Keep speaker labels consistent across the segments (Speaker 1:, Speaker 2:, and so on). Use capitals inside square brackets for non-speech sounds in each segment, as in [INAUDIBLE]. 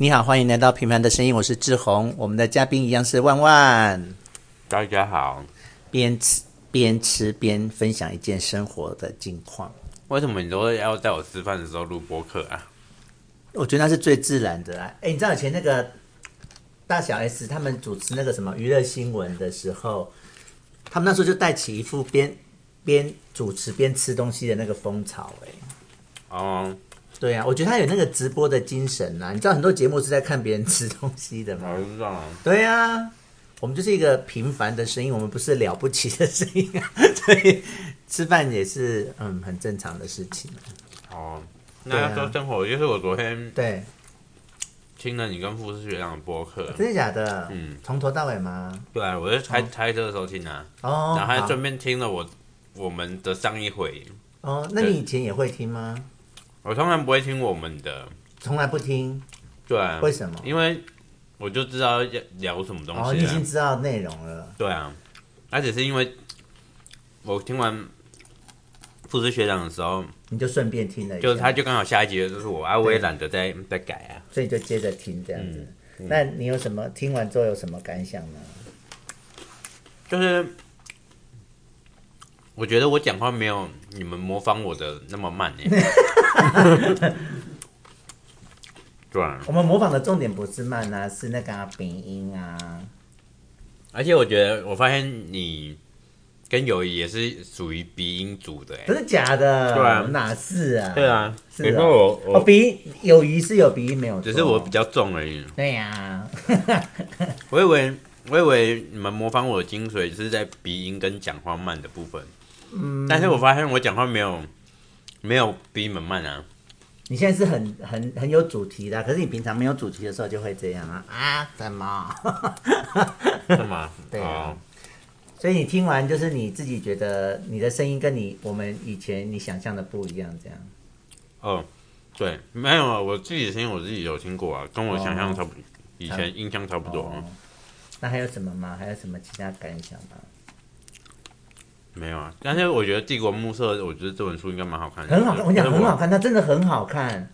Speaker 1: 你好，欢迎来到《平凡的声音》，我是志宏。我们的嘉宾一样是万万，
Speaker 2: 大家好，
Speaker 1: 边吃边吃边分享一件生活的近况。
Speaker 2: 为什么你都要在我吃饭的时候录播客啊？
Speaker 1: 我觉得那是最自然的啦。哎，你知道以前那个大小 S 他们主持那个什么娱乐新闻的时候，他们那时候就带起一副边边主持边吃东西的那个风潮、哎，
Speaker 2: 哦，
Speaker 1: 对啊，我觉得他有那个直播的精神啊。你知道很多节目是在看别人吃东西的吗？
Speaker 2: 我知道了，
Speaker 1: 对啊，我们就是一个平凡的声音，我们不是了不起的声音啊， [LAUGHS] 所以吃饭也是嗯很正常的事情。啊
Speaker 2: 哦，那要说生活，就是我昨天
Speaker 1: 对，
Speaker 2: 听了你跟富士学长的播客，
Speaker 1: 真的假的？
Speaker 2: 嗯，
Speaker 1: 从头到尾吗？
Speaker 2: 对啊，我就开开车的时候听啊，
Speaker 1: 哦，
Speaker 2: 然后还
Speaker 1: 好
Speaker 2: 顺便听了我我们的上一回，
Speaker 1: 哦，那
Speaker 2: 对
Speaker 1: 你以前也会听吗？
Speaker 2: 我通常不会听我们的，
Speaker 1: 从来不听，
Speaker 2: 对啊，
Speaker 1: 为什么
Speaker 2: 因为我就知道要聊什么东
Speaker 1: 哦，你
Speaker 2: 西
Speaker 1: 已
Speaker 2: 啊
Speaker 1: 经，知道内容了。
Speaker 2: 对啊，而且是因为我听完富士学长的时候，
Speaker 1: 你就顺便听了一下，
Speaker 2: 就是他就刚好下一集就是我啊，我也懒得再再改啊。
Speaker 1: 所以就接着听这样子。
Speaker 2: 嗯
Speaker 1: 那你有什么听完之后有什么感想呢？
Speaker 2: 就是我觉得我讲话没有你们模仿我的那么慢欸哎、 [LAUGHS] 对啊，
Speaker 1: 我们模仿的重点不是慢啊，是那个啊鼻音啊。
Speaker 2: 而且我觉得我发现你跟友谊也是属于鼻音组的哎、
Speaker 1: 真的假的？
Speaker 2: 对啊
Speaker 1: 哪是啊？
Speaker 2: 对啊，
Speaker 1: 是
Speaker 2: 你
Speaker 1: 啊
Speaker 2: 说我
Speaker 1: 哦，
Speaker 2: 我
Speaker 1: 鼻音啊有鱼是有鼻音没有错？
Speaker 2: 只是我比较重而已。
Speaker 1: 对呀、 [LAUGHS]
Speaker 2: 我以为我以为你们模仿我的精髓是在鼻音跟讲话慢的部分，嗯，但是我发现我讲话没有没有比你们慢啊。
Speaker 1: 你现在是很很很有主题的啊，可是你平常没有主题的时候就会这样啊啊？怎么？ [LAUGHS]
Speaker 2: 是吗？
Speaker 1: 对啊
Speaker 2: 哦
Speaker 1: 所以你听完就是你自己觉得你的声音跟你我们以前你想象的不一样，这样。
Speaker 2: 哦，对，没有啊，我自己的声音我自己有听过啊，跟我想象差不多，以前印象差不多。
Speaker 1: 哦那还有什么吗？还有什么其他感想吗？
Speaker 2: 没有啊，但是我觉得《帝国暮色》，我觉得这本书应该蛮好嗯看的，
Speaker 1: 很好看，我跟你
Speaker 2: 可
Speaker 1: 讲
Speaker 2: 是
Speaker 1: 很好。看，它真的很好看。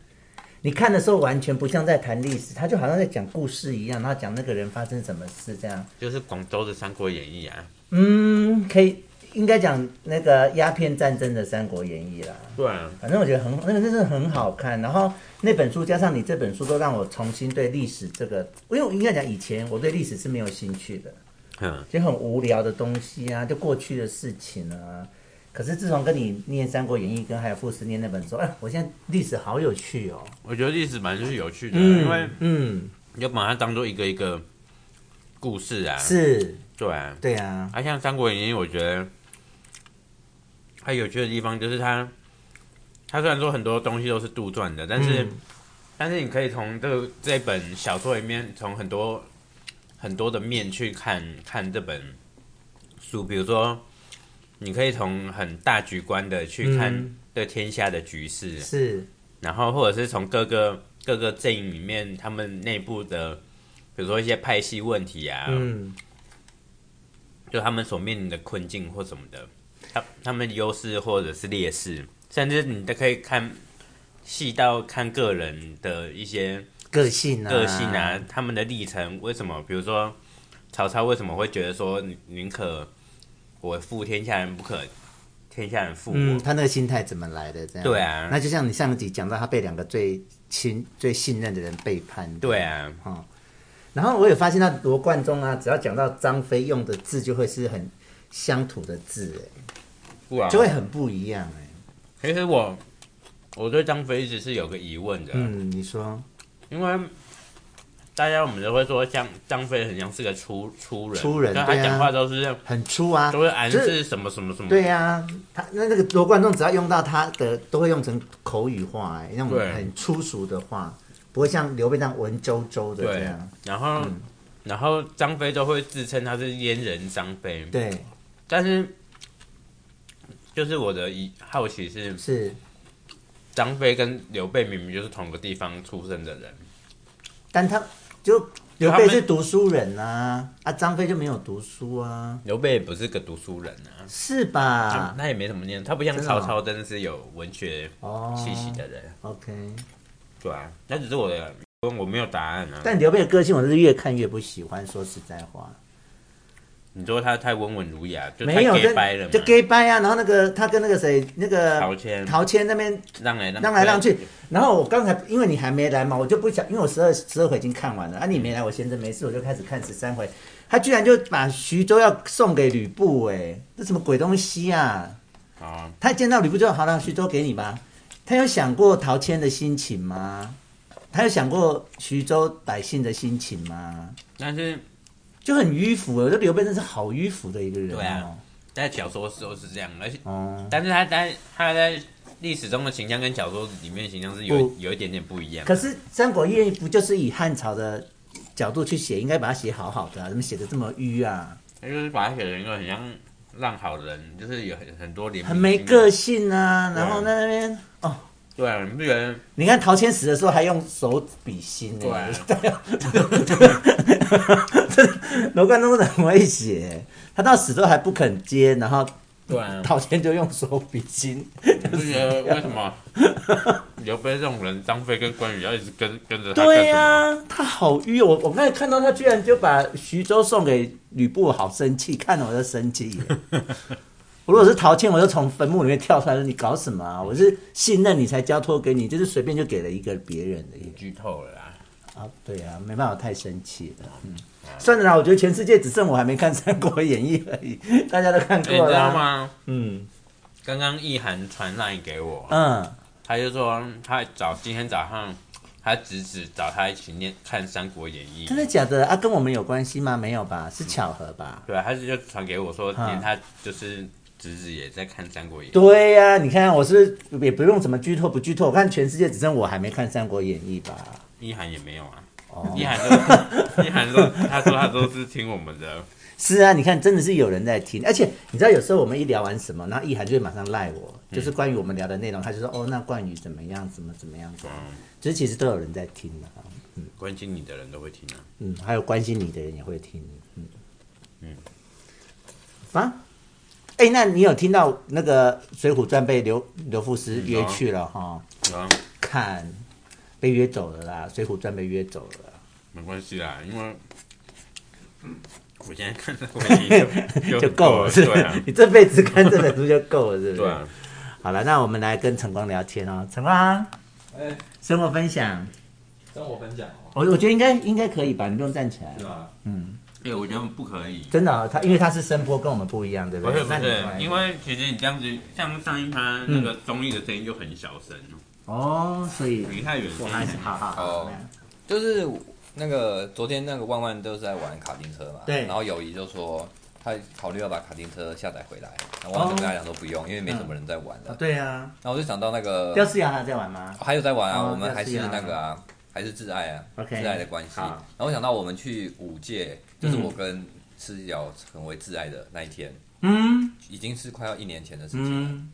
Speaker 1: 你看的时候完全不像在谈历史，它就好像在讲故事一样，然后讲那个人发生什么事这样。
Speaker 2: 就是广州的《三国演义》啊，
Speaker 1: 嗯，可以，应该讲那个鸦片战争的《三国演义》啦。
Speaker 2: 对啊，
Speaker 1: 反正我觉得很那个真的很好看，然后那本书加上你这本书，都让我重新对历史这个，因为我应该讲以前我对历史是没有兴趣的，
Speaker 2: 嗯，
Speaker 1: 就很无聊的东西啊，就过去的事情啊。可是自从跟你念《三国演义》跟还有傅斯念那本书，哎，我现在历史好有趣哦。
Speaker 2: 我觉得历史本来就是有趣的啊，因为
Speaker 1: 嗯，
Speaker 2: 你要把它当做一个一个故事啊，
Speaker 1: 是，
Speaker 2: 对啊。
Speaker 1: 对啊，
Speaker 2: 啊，像《三国演义》，我觉得它有趣的地方就是它，它虽然说很多东西都是杜撰的，但是、
Speaker 1: 嗯
Speaker 2: 但是你可以从这个这本小说里面，从很多很多的面去看看这本书，比如说，你可以从很大局观的去看
Speaker 1: 嗯
Speaker 2: 对天下的局势，
Speaker 1: 是，
Speaker 2: 然后或者是从各个各个阵营里面他们内部的，比如说一些派系问题啊，
Speaker 1: 嗯，
Speaker 2: 就他们所面临的困境或什么的，他他们的优势或者是劣势，甚至你都可以看细到看个人的一些
Speaker 1: 个性啊，
Speaker 2: 个性啊，，他们的历程为什么？比如说曹操为什么会觉得说宁宁可我负天下人，不可天下人负我？
Speaker 1: 嗯，他那个心态怎么来的？这样
Speaker 2: 对啊
Speaker 1: 那就像你上一集讲到，他被两个最亲、最信任的人背叛。
Speaker 2: 对，啊，
Speaker 1: 然后我也发现到罗贯中啊，只要讲到张飞用的字，就会是很乡土的字，
Speaker 2: 不然
Speaker 1: 哎，就会很不一样，哎，
Speaker 2: 其实我我对张飞一直是有个疑问的，啊
Speaker 1: 嗯，你说，
Speaker 2: 因为大家我们都会说像张飞很像是个粗粗人，
Speaker 1: 粗人
Speaker 2: 但
Speaker 1: 对
Speaker 2: 他
Speaker 1: 啊
Speaker 2: 讲话都是这样。
Speaker 1: 很粗啊，
Speaker 2: 都会暗
Speaker 1: 就是
Speaker 2: 示什么什么什么。
Speaker 1: 对呀、他那那个罗贯中只要用到他的，都会用成口语化、哎，那种
Speaker 2: 对
Speaker 1: 很粗俗的话，不会像刘备那样文绉绉的
Speaker 2: 对
Speaker 1: 这样。
Speaker 2: 然后、
Speaker 1: 嗯
Speaker 2: 然后张飞都会自称他是阉人张飞，
Speaker 1: 对，
Speaker 2: 但是就是我的疑好奇是，
Speaker 1: 是
Speaker 2: 张飞跟刘备明明就是同个地方出生的人，
Speaker 1: 但他就刘
Speaker 2: 他
Speaker 1: 备
Speaker 2: 们
Speaker 1: 是读书人啊，啊张飞就没有读书啊，
Speaker 2: 刘备也不是个读书人啊，
Speaker 1: 是吧？
Speaker 2: 他也没什么念，他不像
Speaker 1: 真的
Speaker 2: 曹
Speaker 1: 哦
Speaker 2: 操真的是有文学
Speaker 1: 哦，
Speaker 2: 气息的人，
Speaker 1: OK，
Speaker 2: 对啊，那只是我的我没有答案啊。
Speaker 1: 但刘备的个性，我是越看越不喜欢。说实在话，
Speaker 2: 你说他太温文儒雅，就太
Speaker 1: 没有
Speaker 2: gay
Speaker 1: 跟
Speaker 2: 掰了嘛？
Speaker 1: 就 gay 掰啊。然后那个他跟那个谁，那个
Speaker 2: 乔迁
Speaker 1: 陶谦那边
Speaker 2: 让来让
Speaker 1: 让来让去。然后我刚才因为你还没来嘛，我就不想，因为我十二十二回已经看完了啊，你没来，我闲着没事，我就开始看十三回。他居然就把徐州要送给吕布、哎，这什么鬼东西啊？
Speaker 2: 好啊，
Speaker 1: 他见到吕布就好了，徐州给你吧。他有想过陶谦的心情吗？他有想过徐州百姓的心情吗？
Speaker 2: 但是
Speaker 1: 就很迂腐，我觉得刘备真是好迂腐的一个人、哦。
Speaker 2: 对啊，在小说时候是这样，而且
Speaker 1: 哦、
Speaker 2: 但是他在他在历史中的形象跟小说里面的形象是有
Speaker 1: 不
Speaker 2: 有一点点不一样。
Speaker 1: 可是《三国演义》不就是以汉朝的角度去写，应该把它写好好的、啊，怎么写的这么迂啊？
Speaker 2: 他就是把他写成一个很像烂好人，就是有很很多怜悯
Speaker 1: 很没
Speaker 2: 心
Speaker 1: 个性啊，
Speaker 2: 对啊
Speaker 1: 然后在那边哦，
Speaker 2: 对啊，你不觉得？
Speaker 1: 你看陶谦死的时候还用手比心呢、
Speaker 2: 对啊
Speaker 1: 对啊， [LAUGHS] 罗贯中很会写，他到死都还不肯接，然后
Speaker 2: 对啊，
Speaker 1: [LAUGHS] 陶谦就用手比心，
Speaker 2: 你不觉得为
Speaker 1: [LAUGHS]
Speaker 2: 什么刘备这种人，张飞跟关羽要一直跟跟着他干什么？
Speaker 1: 对啊呀、
Speaker 2: 啊
Speaker 1: 他好迂哦！我我刚才看到他居然就把徐州送给吕布，我好生气，看了我就生气了。
Speaker 2: [LAUGHS]
Speaker 1: 我如果是陶谦，我就从坟墓里面跳出来了。你搞什么啊？我是信任你才交托给你，就是随便就给了一个别人的耶
Speaker 2: 你剧透了啦。
Speaker 1: 啊！对啊，没办法，太生气了。嗯，算了啦，我觉得全世界只剩我还没看《三国演义》而已，大家都看
Speaker 2: 哎你
Speaker 1: 过了
Speaker 2: 知道
Speaker 1: 啊。
Speaker 2: 吗？
Speaker 1: 嗯
Speaker 2: 刚刚意涵传赖给我，
Speaker 1: 嗯，
Speaker 2: 他就说他早今天早上他侄子找他一起念看《三国演义
Speaker 1: 真》，的假的啊？跟我们有关系吗？没有吧？是巧合吧？
Speaker 2: 对啊，他就传给我说，
Speaker 1: 嗯
Speaker 2: 连他就是侄子也在看《三国演义》。
Speaker 1: 对呀、你看我是也不用怎么剧透不剧透，我看全世界只剩我还没看《三国演义》吧。
Speaker 2: 意涵也没有啊，
Speaker 1: 哦，
Speaker 2: 意涵都 [LAUGHS] 意涵都他说他都是听我们的，
Speaker 1: 是啊，你看真的是有人在听，而且你知道有时候我们一聊完什么，然后意涵就会马上赖我，就是关于我们聊的内容，他就说哦，那关于怎么样，怎么怎么样，怎么样，就是其实都有人在听的、啊，
Speaker 2: 关心你的人都会听啊。
Speaker 1: 嗯，还有关心你的人也会听，嗯
Speaker 2: 嗯
Speaker 1: 啊，哎，那你有听到那个《水浒传》被刘刘富师
Speaker 2: 嗯
Speaker 1: 约
Speaker 2: 有啊
Speaker 1: 去了哈？
Speaker 2: 有啊，
Speaker 1: 看被约走了啦，《水浒传》被约走了。
Speaker 2: 没关系啦，因为我现在看到我已经
Speaker 1: [LAUGHS]
Speaker 2: 就
Speaker 1: 就够了，是不
Speaker 2: 对
Speaker 1: 是
Speaker 2: 啊？，
Speaker 1: 你这辈子看这本书就够了，是不是？
Speaker 2: 对啊。
Speaker 1: 好了，那我们来跟晨光聊天哦，晨光，
Speaker 3: 哎，
Speaker 1: 生活分享，
Speaker 3: 跟我分享哦，
Speaker 1: 我我觉得应该应该可以吧，你不用站起来嗯
Speaker 3: 是。吧？
Speaker 2: 哎、我觉得不可以。
Speaker 1: 真的哦、他因为他是声波，跟我们不一样，对
Speaker 2: 不
Speaker 1: 对
Speaker 2: 是？不
Speaker 1: 那你
Speaker 2: 是
Speaker 1: 过来，
Speaker 2: 因为其实你这样子，像上一趴那
Speaker 1: 嗯
Speaker 2: 个综艺的声音就很小声，
Speaker 1: 哦，所以
Speaker 2: 离太远声
Speaker 1: 我
Speaker 2: 音
Speaker 1: 还是
Speaker 2: 很
Speaker 1: 好好好
Speaker 3: 哦，就是那个昨天那个万万都是在玩卡丁车嘛，
Speaker 1: 对
Speaker 3: 然后友谊就说他考虑要把卡丁车下载回来，然
Speaker 1: 哦
Speaker 3: 后万万就跟他讲说不用，因为没什么人在玩
Speaker 1: 啊
Speaker 3: 了。
Speaker 1: 对啊，
Speaker 3: 然后我就想到那个
Speaker 1: 刁思瑶还有在玩吗？
Speaker 3: 还有在玩啊，
Speaker 1: 哦
Speaker 3: 我们还
Speaker 1: 就是
Speaker 3: 是
Speaker 1: 啊
Speaker 3: 那个啊，还是挚爱啊
Speaker 1: OK，
Speaker 3: 挚爱的关系。
Speaker 1: 好
Speaker 3: 然后我想到我们去五届，就是我跟赤脚成为挚爱的那一天，
Speaker 1: 嗯
Speaker 3: 已经是快要一年前的事情了，
Speaker 1: 嗯，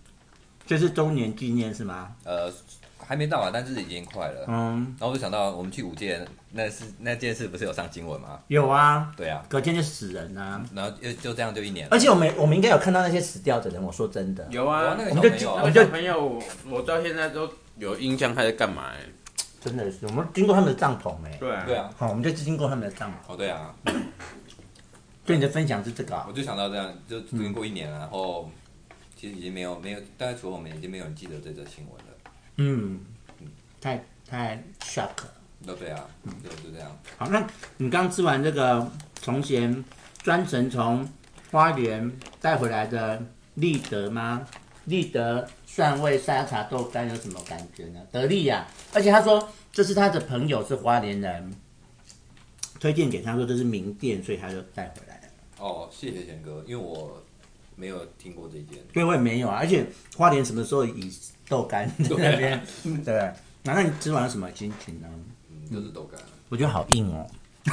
Speaker 1: 就是周年纪念是吗？
Speaker 3: 呃，还没到啊，但是已经快了。
Speaker 1: 嗯，
Speaker 3: 然后我就想到，我们去五届那是那件事不是有上新闻吗？
Speaker 1: 有啊，
Speaker 3: 对啊，
Speaker 1: 隔天就死人啊，
Speaker 3: 然后就就这样就一年了
Speaker 1: 而。且我们我们应该有看到那些死掉的人，我说真的，
Speaker 2: 有
Speaker 3: 哇
Speaker 2: 啊，
Speaker 3: 那个
Speaker 2: 我
Speaker 3: 小
Speaker 1: 我们就
Speaker 3: 朋友
Speaker 2: 那
Speaker 3: 啊，
Speaker 1: 我
Speaker 2: 个
Speaker 1: 就
Speaker 2: 小朋友，我我到现在都有印象他在干嘛、欸？
Speaker 1: 真的是我们经过他们的帐篷哎、
Speaker 2: 对啊
Speaker 3: 对，啊，
Speaker 1: 好，我们就经过他们的帐篷。
Speaker 3: 哦对啊，
Speaker 1: 对你的分享是这个啊
Speaker 3: 我、就想到这样，就已经过一年了，然后其实已经没有没有，大概除了我们已经没有人记得这则新闻了。
Speaker 1: 嗯，太太 shock 了。
Speaker 3: 那对啊，就就这样。
Speaker 1: 好，那你刚吃完这个从前专程从花莲带回来的立德吗？立德蒜味沙茶豆干有什么感觉呢？得力呀、而且他说这是他的朋友是花莲人，推荐给他说这是名店，所以他就带回来了。
Speaker 3: 哦，谢谢贤哥，因为我没有听过这一件。
Speaker 1: 对，我也没有啊。而且花莲什么时候以豆干在那边？ [LAUGHS] 对，啊那那你吃完有什么心情呢？
Speaker 3: 嗯，就是豆干。
Speaker 1: 我觉得好硬哦。 [LAUGHS]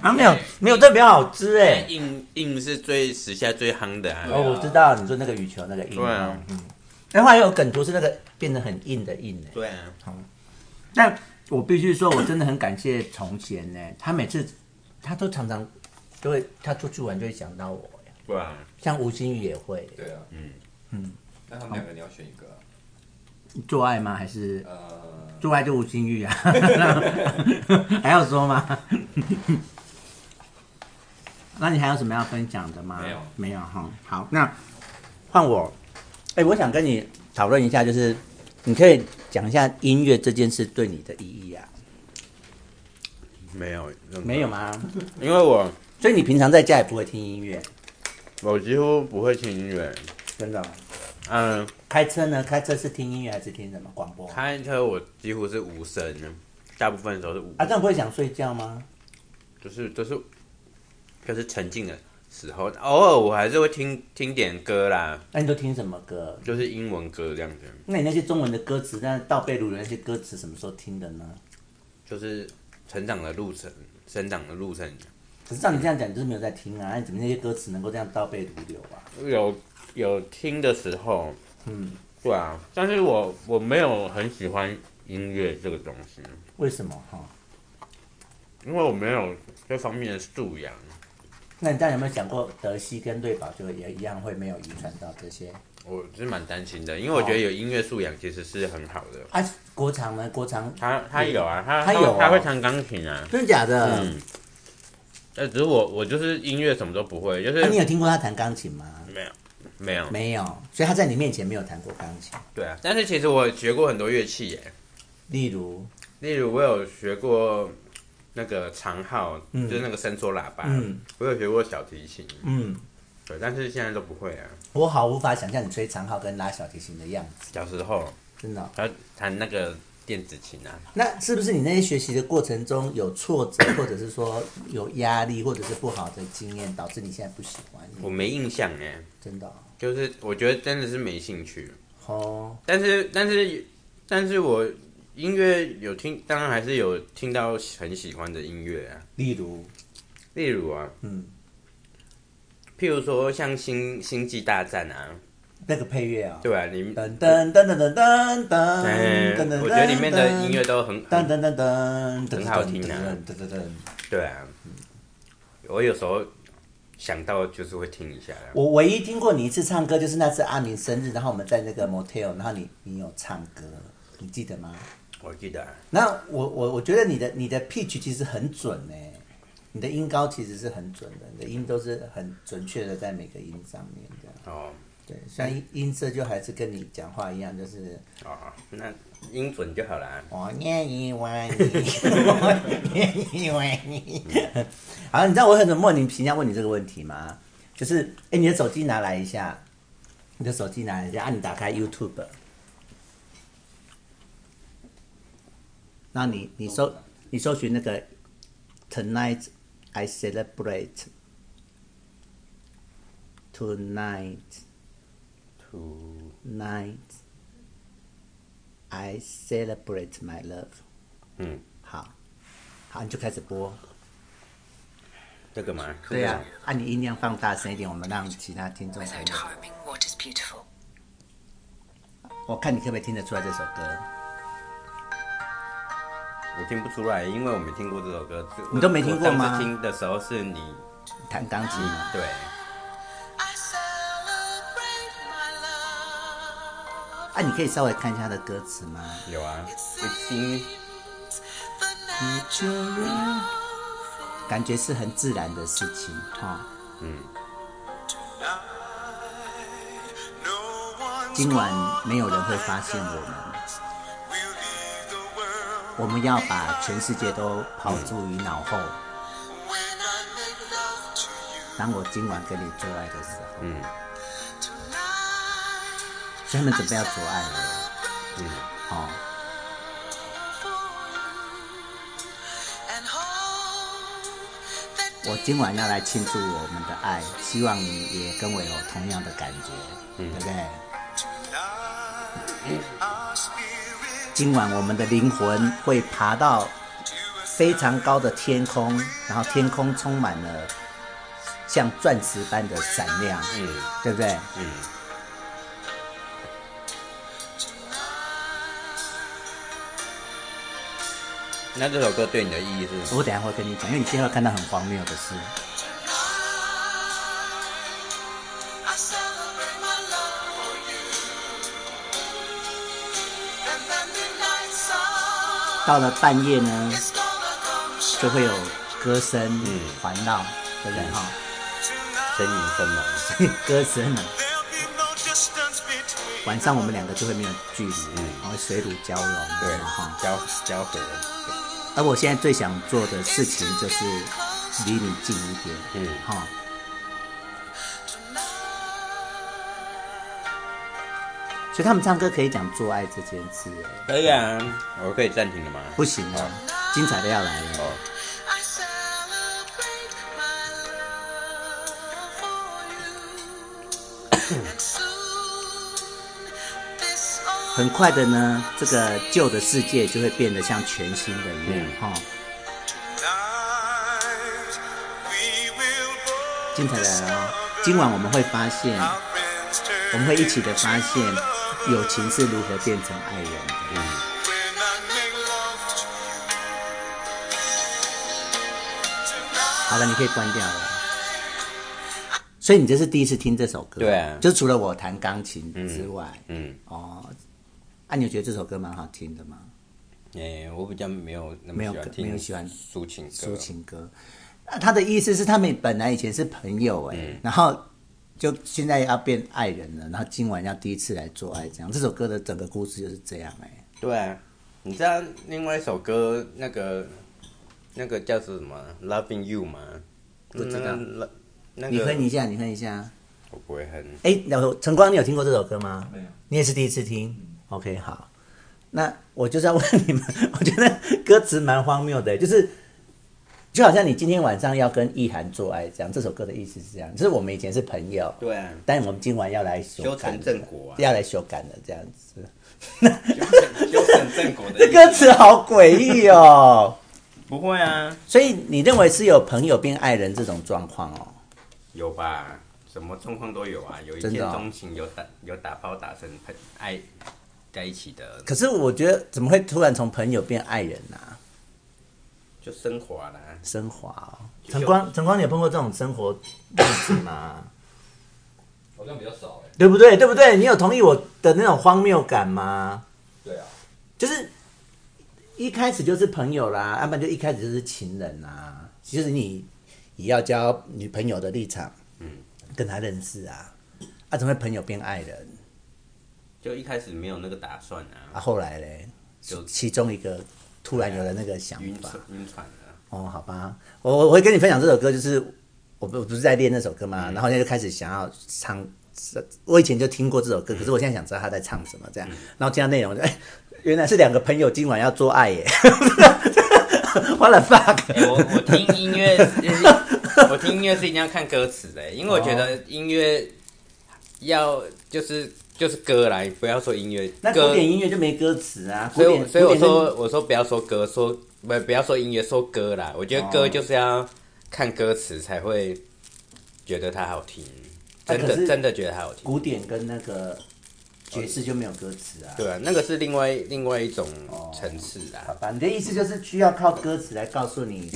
Speaker 1: 啊，没有没有，这比较好吃哎。
Speaker 2: 硬硬是最时下最夯的啊。
Speaker 3: 对
Speaker 1: 哦，我知道你说那个羽球那个硬。
Speaker 2: 对啊。
Speaker 1: 嗯。然后还有梗图是那个变得很硬的硬哎。
Speaker 2: 对啊，
Speaker 1: 但我必须说，我真的很感谢崇贤呢，他每次他都常常就会他出去玩就会想到我哎，
Speaker 2: 对啊，
Speaker 1: 像吴心宇也会。
Speaker 3: 对啊，
Speaker 2: 嗯
Speaker 3: 那他们两个你要选一个啊。
Speaker 1: 做爱吗？还是
Speaker 3: 呃，
Speaker 1: 做爱就无性欲啊？ [LAUGHS] 还要说吗？ [LAUGHS] 那你还有什么要分享的吗？
Speaker 3: 没有
Speaker 1: 没有哈。好，那换我。哎、我想跟你讨论一下，就是你可以讲一下音乐这件事对你的意义啊？
Speaker 2: 没有，任何
Speaker 1: 没有，吗？
Speaker 2: 因为我
Speaker 1: 所以你平常在家也不会听音乐，
Speaker 2: 我几乎不会听音乐，
Speaker 1: 真的哦？
Speaker 2: 嗯，
Speaker 1: 开车呢？开车是听音乐还是听什么广播？啊，
Speaker 2: 开车我几乎是无声的，大部分时候是无，
Speaker 1: 啊这样不会想睡觉吗？
Speaker 2: 就是就是就是沉静的时候，偶尔我还是会听听点歌啦，
Speaker 1: 那你都听什么歌？
Speaker 2: 就是英文歌这样子，
Speaker 1: 那你那些中文的歌词，那倒背如流那些歌词什么时候听的呢？
Speaker 2: 就是成长的路程，生长的路程
Speaker 1: 可是照你这样讲，你就是没有在听啊？那你怎么那些歌词能够这样倒背如流啊？
Speaker 2: 有有听的时候，
Speaker 1: 嗯，
Speaker 2: 对啊，但是我我没有很喜欢音乐这个东西，
Speaker 1: 为什么哈、
Speaker 2: 因为我没有这方面的素养。
Speaker 1: 那你这样有没有想过，德西跟瑞宝就也一样会没有遗传到这些？
Speaker 2: 我是蛮担心的，因为我觉得有音乐素养其实是很好的。
Speaker 1: 啊，国常呢？国常
Speaker 2: 他他有啊，他
Speaker 1: 他有啊
Speaker 2: 他会弹钢琴啊。
Speaker 1: 真的假的？
Speaker 2: 嗯，但只是我我就是音乐什么都不会，就是
Speaker 1: 啊，你有听过他弹钢琴吗？
Speaker 2: 没有没有
Speaker 1: 没有，所以他在你面前没有弹过钢琴。
Speaker 2: 对啊。但是其实我学过很多乐器耶，
Speaker 1: 例如，
Speaker 2: 例如我有学过那个长号，就是那个伸缩喇叭，
Speaker 1: 嗯
Speaker 2: 我有学过小提琴，
Speaker 1: 嗯，
Speaker 2: 对，但是现在都不会啊。
Speaker 1: 我好无法想象你吹长号跟拉小提琴的样子，
Speaker 2: 小时候
Speaker 1: 真的哦、
Speaker 2: 他弹那个电子琴啊，
Speaker 1: 那是不是你那些学习的过程中有挫折，或者是说有压力，或者是不好的经验，导致你现在不喜欢？
Speaker 2: 我没印象哎，
Speaker 1: 真的
Speaker 2: 就是我觉得真的是没兴趣。
Speaker 1: 哦，
Speaker 2: 但是但是但是我音乐有听，当然还是有听到很喜欢的音乐啊，
Speaker 1: 例如，
Speaker 2: 例如啊，
Speaker 1: 嗯，
Speaker 2: 譬如说像星《星际大战》啊，
Speaker 1: 那个配乐啊、
Speaker 2: 对啊，你
Speaker 1: 噔噔噔噔噔噔噔
Speaker 2: 哎
Speaker 1: 噔噔，
Speaker 2: 我觉得里面的音乐都很
Speaker 1: 噔
Speaker 2: 很
Speaker 1: 噔噔噔，
Speaker 2: 很好听啊
Speaker 1: 噔噔噔噔。
Speaker 2: 对啊，我有时候想到就是会听一下啊，
Speaker 1: 我唯一听过你一次唱歌，就是那次阿明生日，然后我们在那个 motel，然后你你有唱歌，你记得吗？
Speaker 2: 我记得啊
Speaker 1: 那我我我觉得你的你的 pitch 其实很准哎、你的音高其实是很准的，你的音都是很准确的在每个音上面这样。
Speaker 2: 哦
Speaker 1: 对，虽然音音色就还是跟你讲话一样，就是
Speaker 2: 哦，那音准就好了啊。
Speaker 1: 我愿意为你，我愿意为你。好，你知道我很莫名其妙问你这个问题吗？就是，哎、你的手机拿来一下，你的手机拿来一下，啊，你打开 YouTube，那你你搜你搜寻那个 Tonight I Celebrate。Tonight,
Speaker 2: To
Speaker 1: night, I celebrate my love.
Speaker 2: 嗯，
Speaker 1: 好，好，你就开始播。
Speaker 2: 这个嘛，
Speaker 1: 对呀、啊，你音量放大声一点，我们让其他听众听
Speaker 4: without
Speaker 1: 得。
Speaker 4: harming what is beautiful.
Speaker 1: 我看你可不可以听得出来这首歌？
Speaker 2: 我听不出来，因为我没听过这首歌。
Speaker 1: 你都没听过吗
Speaker 2: 我上次听的时候是你
Speaker 1: 弹钢琴
Speaker 2: 你
Speaker 1: 吗？
Speaker 2: 对，
Speaker 4: I celebrate my love.
Speaker 1: 啊，你可以稍微看一下它的歌词吗？
Speaker 2: 有啊，我听
Speaker 4: The natural
Speaker 1: 感觉是很自然的事情，哈、
Speaker 4: night. No one's
Speaker 1: 今晚没有人会发现我们，
Speaker 4: will leave the world
Speaker 1: 我们要把全世界都抛诸于脑后。
Speaker 4: when I make love to you
Speaker 1: 当我今晚跟你做爱的时候，
Speaker 2: 嗯
Speaker 4: tonight.
Speaker 1: 所以他们准备要做爱了，
Speaker 2: 嗯，
Speaker 1: 哦，
Speaker 4: And hope that
Speaker 1: 我今晚要来庆祝我们的爱，希望你也跟我有同样的感觉，对不对？
Speaker 4: tonight our spirit
Speaker 1: 今晚我们的灵魂会爬到
Speaker 4: to a
Speaker 1: 非常高的天空，然后天空充满了像钻石般的闪亮，嗯，对不对？
Speaker 2: 嗯那这首歌对你的意义是什么？
Speaker 1: 我等一下会跟你讲，因为你今天会看到很荒谬的事。
Speaker 4: I celebrate my love for you.
Speaker 5: 到了半夜呢，
Speaker 4: It's gonna come
Speaker 5: 就会有歌声环绕，对不对哈？
Speaker 1: [LAUGHS]
Speaker 4: tonight.
Speaker 2: 呻吟声嘛，
Speaker 5: 歌声，
Speaker 4: There'll be no distance between
Speaker 5: 晚上我们两个就会没有距离，然后水乳交融，
Speaker 2: 对
Speaker 5: 对哈。，
Speaker 2: 交交合，
Speaker 5: 而啊我现在最想做的事情就是离你近一点，
Speaker 2: 嗯
Speaker 5: 哈。所以他们唱歌可以讲做爱这件事，哎
Speaker 2: 可以啊，我可以暂停了吗？
Speaker 5: 不行哦，精彩的要来了。
Speaker 2: 哦，
Speaker 4: I celebrate my love for you. And soon this old
Speaker 5: 很快的呢，这个旧的世界就会变得像全新的一
Speaker 2: 嗯
Speaker 5: 样，哈、
Speaker 4: night we will both
Speaker 5: 精彩的来了哦！今晚我们会发现，
Speaker 4: our friends
Speaker 5: 我
Speaker 4: turn
Speaker 5: 们会一起的发现，
Speaker 4: lovers
Speaker 5: 友情是如何变成爱人的。
Speaker 4: when I make love to you. Tonight
Speaker 5: 好了，你可以关掉了。所以你这是第一次听这首歌，
Speaker 2: 对啊
Speaker 5: 就除了我弹钢琴之外，
Speaker 2: 嗯，
Speaker 5: 哦，啊，你有觉得这首歌蛮好听的吗？
Speaker 2: 诶，我比较没有那么
Speaker 5: 没有
Speaker 2: 喜欢
Speaker 5: 歌
Speaker 2: 听，
Speaker 5: 没有喜欢
Speaker 2: 抒情歌，
Speaker 5: 抒情歌。那他的意思是，他们本来以前是朋友哎、
Speaker 1: 嗯
Speaker 5: 然后就现在要变爱人了，然后今晚要第一次来做爱，这样。这首歌的整个故事就是这样哎、
Speaker 2: 对啊，你知道另外一首歌那个那个叫是什么《Loving You》吗？
Speaker 5: 不知道
Speaker 2: 那那
Speaker 5: 你
Speaker 2: 个
Speaker 5: 哼一下，你哼一下。
Speaker 2: 我不会哼。
Speaker 1: 哎，然后晨光，你有听过这首歌吗？
Speaker 3: 没有
Speaker 1: 你也是第一次听。OK，好。那我就是要问你们， [LAUGHS] 我觉得歌词蛮荒谬的，就是就好像你今天晚上要跟意涵做爱这样，这首歌的意思是这样，就是我们以前是朋友，
Speaker 2: 对啊，
Speaker 1: 但我们今晚要来修
Speaker 2: 修
Speaker 1: 改
Speaker 2: 成正果啊 [LAUGHS]
Speaker 1: 要来修改了这样子。
Speaker 3: 修成
Speaker 2: [LAUGHS]
Speaker 3: 正果的
Speaker 1: 这
Speaker 3: 意思
Speaker 1: 歌词好诡异哦， [LAUGHS]
Speaker 2: 不会啊，
Speaker 1: 所以你认为是有朋友变爱人这种状况哦？
Speaker 2: 有吧？什么状况都有啊，有一
Speaker 1: 真
Speaker 2: 见
Speaker 1: 的哦
Speaker 2: 钟情，有打有打炮打成很爱在一起的，
Speaker 1: 可是我觉得怎么会突然从朋友变爱人呢、啊？
Speaker 2: 就升华啦。
Speaker 1: 升华哦。
Speaker 2: 就
Speaker 1: 晨光，晨光，你有碰过这种生活例子吗？
Speaker 3: 好像比较少哎。
Speaker 1: 对不对？对不对？你有同意我的那种荒谬感吗？
Speaker 3: 对啊，
Speaker 1: 就是一开始就是朋友啦，啊要不然就一开始就是情人啦。其实你也要交女朋友的立场，嗯，跟他认识啊，啊，怎么会朋友变爱人？
Speaker 2: 就一开始没有那个打算啊，
Speaker 1: 啊，后来嘞，
Speaker 2: 就
Speaker 1: 其中一个突然有了那个想
Speaker 2: 晕
Speaker 1: 法
Speaker 2: 船，晕船啊了。
Speaker 1: 哦，好吧，我我我会跟你分享这首歌，就是我不我不是在练那首歌嘛，
Speaker 2: 嗯
Speaker 1: 然后现在就开始想要唱，我以前就听过这首歌，可是我现在想知道他在唱什么这样，
Speaker 2: 嗯
Speaker 1: 然后听到内容 [LAUGHS] 我就哎，原来是两个朋友今晚要做爱耶， [LAUGHS] 完了 fuck，
Speaker 2: 欸我我听音乐，我听音乐是一定要看歌词的，因为我觉得音乐要就是就是歌来，不要说音乐
Speaker 1: [LAUGHS] 那古
Speaker 2: 歌。
Speaker 1: 典音乐就没歌词啊，
Speaker 2: 所以
Speaker 1: 古
Speaker 2: 我
Speaker 1: 典
Speaker 2: 所以我，
Speaker 1: 古典
Speaker 2: 说我说不要说歌，说不不要说音乐，说歌啦。我觉
Speaker 1: 哦
Speaker 2: 得歌就是要看歌词才会觉得它好听，
Speaker 1: 那
Speaker 2: 真
Speaker 1: 可是
Speaker 2: 的真的觉得它好听。
Speaker 1: 古典跟那个爵士就没有歌词啊，
Speaker 2: 对啊，那个是另外另外一种
Speaker 1: 哦
Speaker 2: 层次
Speaker 1: 好
Speaker 2: 啦。
Speaker 1: 吧，你的意思就是需要靠歌词来告诉你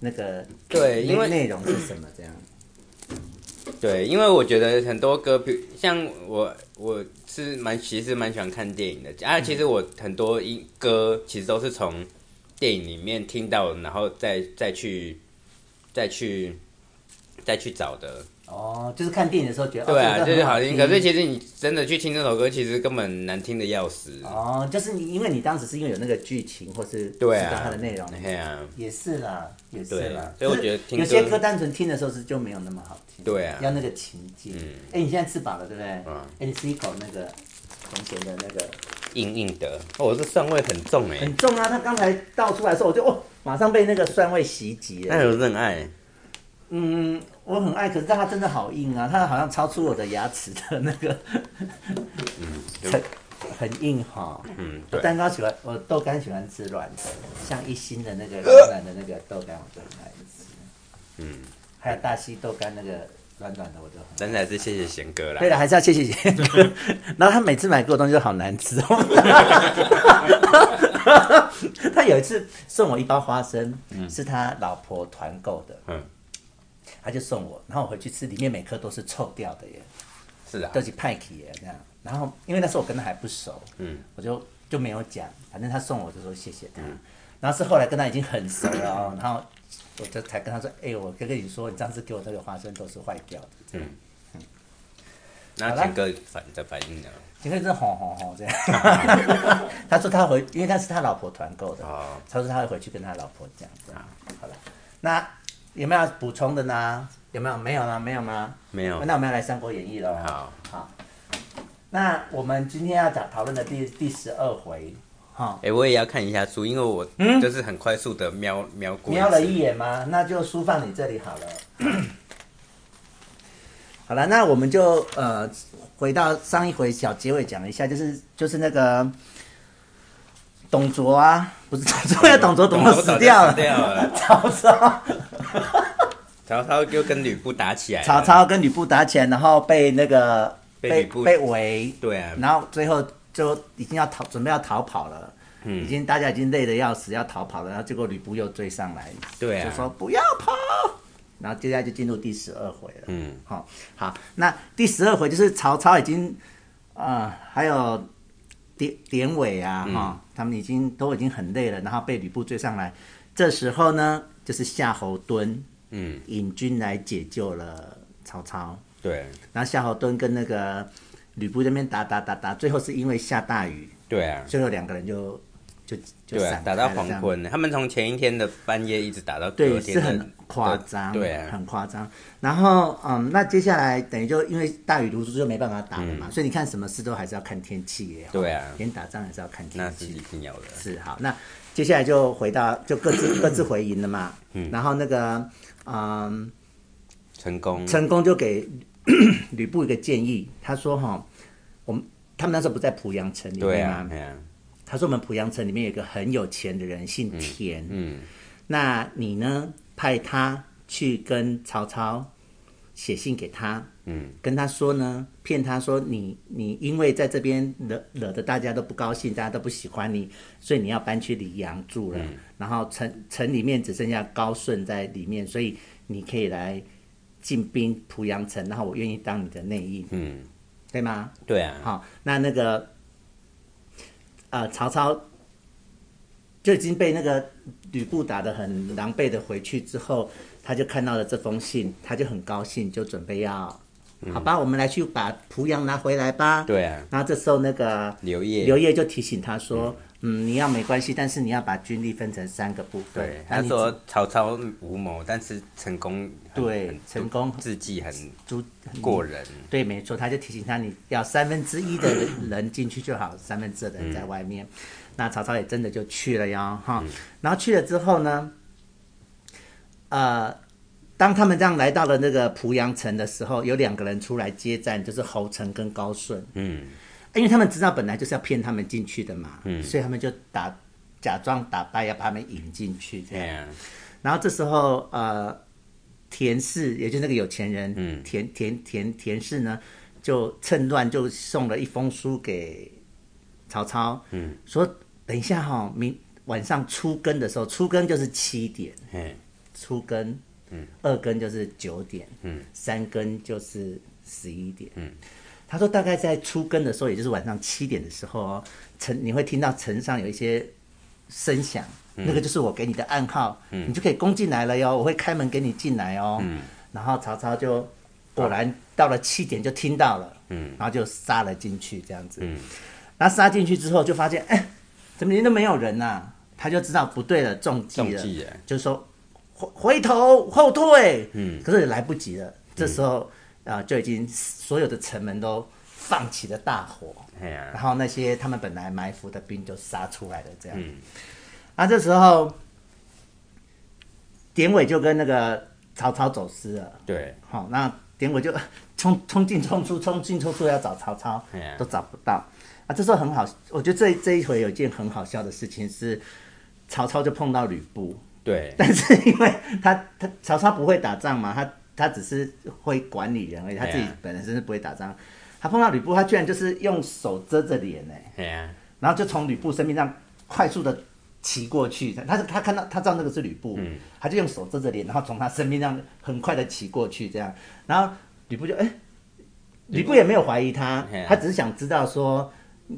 Speaker 1: 那个内
Speaker 2: 对因为
Speaker 1: 内容是什么这样。
Speaker 2: 对，因为我觉得很多歌，比如像我我是蛮其实蛮喜欢看电影的
Speaker 1: 嗯
Speaker 2: 啊。其实我很多音歌其实都是从电影里面听到，然后再再去再去再去找的。
Speaker 1: 哦，就是看电影的时候觉得
Speaker 2: 对
Speaker 1: 哦这
Speaker 2: 啊，
Speaker 1: 个
Speaker 2: 就是
Speaker 1: 很
Speaker 2: 好
Speaker 1: 好
Speaker 2: 听。可是其实你真的去听这首歌，其实根本难听的要死。
Speaker 1: 哦，就是你因为你当时是因为有那个剧情或是
Speaker 2: 对
Speaker 1: 知道
Speaker 2: 啊，
Speaker 1: 它的内容，
Speaker 2: 嘿啊，
Speaker 1: 也是啦，也是
Speaker 2: 对
Speaker 1: 啦。
Speaker 2: 所以我觉得
Speaker 1: 就是
Speaker 2: 听
Speaker 1: 有些
Speaker 2: 歌
Speaker 1: 歌单纯听的时候是就没有那么好听，
Speaker 2: 对啊嗯
Speaker 1: 要那个情境。哎，你现在吃饱了对不对？嗯。哎，你吃一口那个从前的那个
Speaker 2: 硬硬的。哦，我这蒜味很重哎、
Speaker 1: 很重啊，它刚才倒出来的时候我就哦，马上被那个酸味袭击了。
Speaker 2: 那有认爱，
Speaker 1: 嗯，我很爱，可是它真的好硬啊，它好像超出我的牙齿的那个，
Speaker 2: 嗯就
Speaker 1: 很很硬哈。
Speaker 2: 嗯，
Speaker 1: 我
Speaker 2: 对，
Speaker 1: 蛋糕喜欢，我豆干喜欢吃软的，像一心的那个软软的那个豆干，我就很爱吃。
Speaker 2: 嗯，
Speaker 1: 还有大溪豆干那个软软的，我就很。
Speaker 2: 但是还是谢谢贤哥啦。
Speaker 1: 对了，还是要谢谢杰哥。 [LAUGHS] 然后他每次买给我东西都好难吃 [LAUGHS] 哦。他有一次送我一包花生，是他老婆团购的，
Speaker 2: 嗯
Speaker 1: 他就送我，然后我回去吃，里面每颗都是臭掉的耶。
Speaker 2: 是啊
Speaker 1: 都，是派去的这样。然后因为那时候我跟他还不熟，嗯，我就就没有讲，反正他送我就说谢谢他。然后是后来跟他已经很熟了哦，然后我就才跟他说，哎、我跟跟你说，你上次给我那个花生豆是坏掉的，
Speaker 2: 那
Speaker 1: 好啦
Speaker 2: 整个反的反应呢？
Speaker 1: 你看这吼吼吼这样。他说他回，因为他是他老婆团购的，
Speaker 2: 哦，
Speaker 1: 他说他会回去跟他老婆讲这样。好了，那有没有要补充的呢？有没有？没有吗？没有吗？
Speaker 2: 没有
Speaker 1: 那我们要来《三国演义》喽。
Speaker 2: 哦好，
Speaker 1: 好。那我们今天要讲讨论的第第十二回，哈、
Speaker 2: 哎、我也要看一下书，因为我就是很快速的瞄瞄过，
Speaker 1: 嗯瞄了一眼吗？那就书放你这里好了。 [COUGHS] 好了，那我们就呃回到上一回小结尾讲一下，就是就是那个董卓啊，不是董卓，董卓
Speaker 2: 怎
Speaker 1: 董卓死掉了
Speaker 2: 死，掉了，
Speaker 1: [LAUGHS] 曹操。 [LAUGHS]
Speaker 2: 曹操就跟吕布打起来了，
Speaker 1: 曹操跟吕布打起来，然后被那个
Speaker 2: 被
Speaker 1: 被
Speaker 2: 吕布
Speaker 1: 被围，
Speaker 2: 对啊，
Speaker 1: 然后最后就已经要逃，准备要逃跑了。
Speaker 2: 嗯
Speaker 1: 已经大家已经累得要死，要逃跑了，然后结果吕布又追上来，
Speaker 2: 对啊
Speaker 1: 就说不要跑，然后接下来就进入第十二回了。
Speaker 2: 嗯，
Speaker 1: 好、好，那第十二回就是曹操已经啊、呃还有典典韦啊，
Speaker 2: 嗯
Speaker 1: 哈、他们已经都已经很累了，然后被吕布追上来，这时候呢，就是夏侯惇，
Speaker 2: 嗯，
Speaker 1: 引军来解救了曹操，
Speaker 2: 对啊
Speaker 1: 然后夏侯惇跟那个吕布这边打打打打，最后是因为下大雨，
Speaker 2: 对啊，
Speaker 1: 最后两个人就就就
Speaker 2: 对啊
Speaker 1: 散，开
Speaker 2: 打
Speaker 1: 了
Speaker 2: 到
Speaker 1: 这样
Speaker 2: 黄，昏，他们从前一天的半夜一直打到第
Speaker 1: 对，
Speaker 2: 二
Speaker 1: 是
Speaker 2: 天的
Speaker 1: 很夸张，
Speaker 2: 对啊，
Speaker 1: 很夸张。然后嗯，那接下来等于就因为大雨如注就没办法打了嘛，所以你看什么事都还是要看天气耶，
Speaker 2: 嗯对啊
Speaker 1: 连打仗还是要看天
Speaker 2: 那是
Speaker 1: 气
Speaker 2: 一。定要的，
Speaker 1: 是好，那接下来就回到就各自各自回营了嘛。嗯，然后那个嗯，
Speaker 2: 成功，
Speaker 1: 成功就给 [COUGHS] 吕布一个建议，他说哈，我们他们那时候不在濮阳城里
Speaker 2: 对
Speaker 1: 面
Speaker 2: 啊，
Speaker 1: 吗？
Speaker 2: 对啊，
Speaker 1: 他说我们濮阳城里面有一个很有钱的人，姓田，
Speaker 2: 嗯，
Speaker 1: 那你呢派他去跟曹操写信给他，
Speaker 2: 嗯，
Speaker 1: 跟他说呢，骗他说你你因为在这边惹惹得大家都不高兴，大家都不喜欢你，所以你要搬去黎阳住
Speaker 2: 嗯
Speaker 1: 了。然后城城里面只剩下高顺在里面，所以你可以来进兵濮阳城，然后我愿意当你的内应，
Speaker 2: 嗯，
Speaker 1: 对吗？
Speaker 2: 对啊，
Speaker 1: 好、那那个呃，曹操就已经被那个吕布打得很狼狈的回去之后，他就看到了这封信，他就很高兴，就准备要。好吧，我们来去把濮阳拿回来吧。
Speaker 2: 嗯对啊
Speaker 1: 然后这时候那个
Speaker 2: 刘烨
Speaker 1: 刘烨就提醒他说：“嗯，你要没关系，但是你要把军力分成三个部分。
Speaker 2: 对，
Speaker 1: 那
Speaker 2: 他
Speaker 1: 你
Speaker 2: 说曹操无谋，但是成功很
Speaker 1: 对
Speaker 2: 很
Speaker 1: 成功
Speaker 2: 自己很
Speaker 1: 主
Speaker 2: 过人，
Speaker 1: 对，没错，他就提醒他，你要三分之一的人人进去就好，三分之二的人在外面。那曹操也真的就去了哟，哈。然后去了之后呢，呃，当他们这样来到了那个濮阳城的时候，有两个人出来接战，就是侯成跟高顺，
Speaker 2: 嗯，
Speaker 1: 因为他们知道本来就是要骗他们进去的嘛，所以他们就打假装打败，要把他们引进去这样
Speaker 2: 对。啊，
Speaker 1: 然后这时候呃，田氏也就是那个有钱人，
Speaker 2: 嗯
Speaker 1: 田田田田氏呢，就趁乱就送了一封书给曹操，嗯，说等一下哈、明晚上初更的时候，初更就是七点，
Speaker 2: 嘿，
Speaker 1: 初更，嗯，二更就是九点，嗯，三更就是十一点，嗯。他说，大概在初更的时候，也就是晚上七点的时候哦，城你会听到城上有一些声响，
Speaker 2: 嗯
Speaker 1: 那个就是我给你的暗号，你就可以攻进来了哟，我会开门给你进来哦。
Speaker 2: 嗯
Speaker 1: 然后曹操就果然到了七点就听到了，
Speaker 2: 嗯
Speaker 1: 然后就杀了进去这样子。然后杀进去之后就发现，哎，怎么里面都没有人呐、啊他就知道不对了，中计了，
Speaker 2: 中计了
Speaker 1: 就说回回头后退，
Speaker 2: 嗯
Speaker 1: 可是也来不及了。这时候啊、呃就已经所有的城门都放起了大火，
Speaker 2: 嘿啊
Speaker 1: 然，后那些他们本来埋伏的兵就杀出来了，这
Speaker 2: 嗯
Speaker 1: 样。啊，这时候典韦就跟那个曹操走失了。
Speaker 2: 对，
Speaker 1: 好、那典韦就 [LAUGHS] 冲冲进冲出，冲进冲出要找曹操
Speaker 2: 哎呀，
Speaker 1: 都找不到。啊，这时候很好，我觉得这这一回有一件很好笑的事情是，曹操就碰到吕布，
Speaker 2: 对，
Speaker 1: 但是因为他他曹操不会打仗嘛，他他只是会管理人而已，他
Speaker 2: 哎呀
Speaker 1: 自己本身是不会打仗。他碰到吕布，他居然就是用手遮着脸哎、
Speaker 2: 嘿啊，
Speaker 1: 然后就从吕布身边这样快速的骑过去。他是他看到他知道那个是吕布，他就用手遮着脸，然后从他身边这样很快的骑过去，这样。然后吕布就哎，吕、布也没有怀疑他
Speaker 2: 嘿啊，
Speaker 1: 他只是想知道说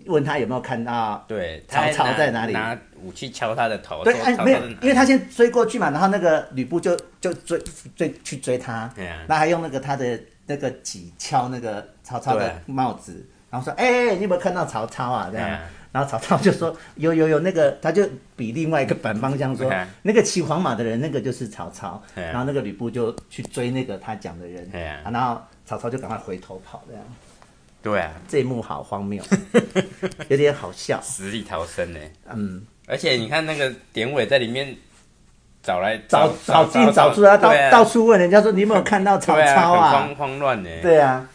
Speaker 1: 问他有没有看到
Speaker 2: 对，啊
Speaker 1: 曹
Speaker 2: 他
Speaker 1: 操
Speaker 2: 还拿
Speaker 1: 在哪里
Speaker 2: 拿武器敲他的头，
Speaker 1: 对，
Speaker 2: 说
Speaker 1: 哎，
Speaker 2: 曹
Speaker 1: 没有
Speaker 2: 操在哪，
Speaker 1: 因为他先追过去嘛，然后那个吕布就就追追去追他，
Speaker 2: 对啊
Speaker 1: 那还用那个他的那个戟敲那个曹操
Speaker 2: 对
Speaker 1: 的
Speaker 2: 啊
Speaker 1: 帽子，然后说：“哎、你有没有看到曹操啊？”这样，
Speaker 2: 对啊
Speaker 1: 然后曹操就说：“有有有，那个他就比另外一个反方向说，
Speaker 2: 对啊
Speaker 1: 那个骑黄马的人，那个就是曹操。
Speaker 2: 对啊
Speaker 1: 然后那个吕布就去追那个他讲的人，
Speaker 2: 对啊
Speaker 1: 然后曹操就赶快回头跑，这样
Speaker 2: 对啊，
Speaker 1: 这一幕好荒
Speaker 2: [LAUGHS]
Speaker 1: 谬，有点好笑。
Speaker 2: 死里逃生呢。
Speaker 1: 嗯，
Speaker 2: 而且你看那个典韦在里面找来
Speaker 1: 找找进找出来，到、
Speaker 2: 对啊
Speaker 1: 到处问人家说：“你有没有看到曹
Speaker 2: 对
Speaker 1: 操
Speaker 2: 啊，很慌慌乱呢。
Speaker 1: 对啊，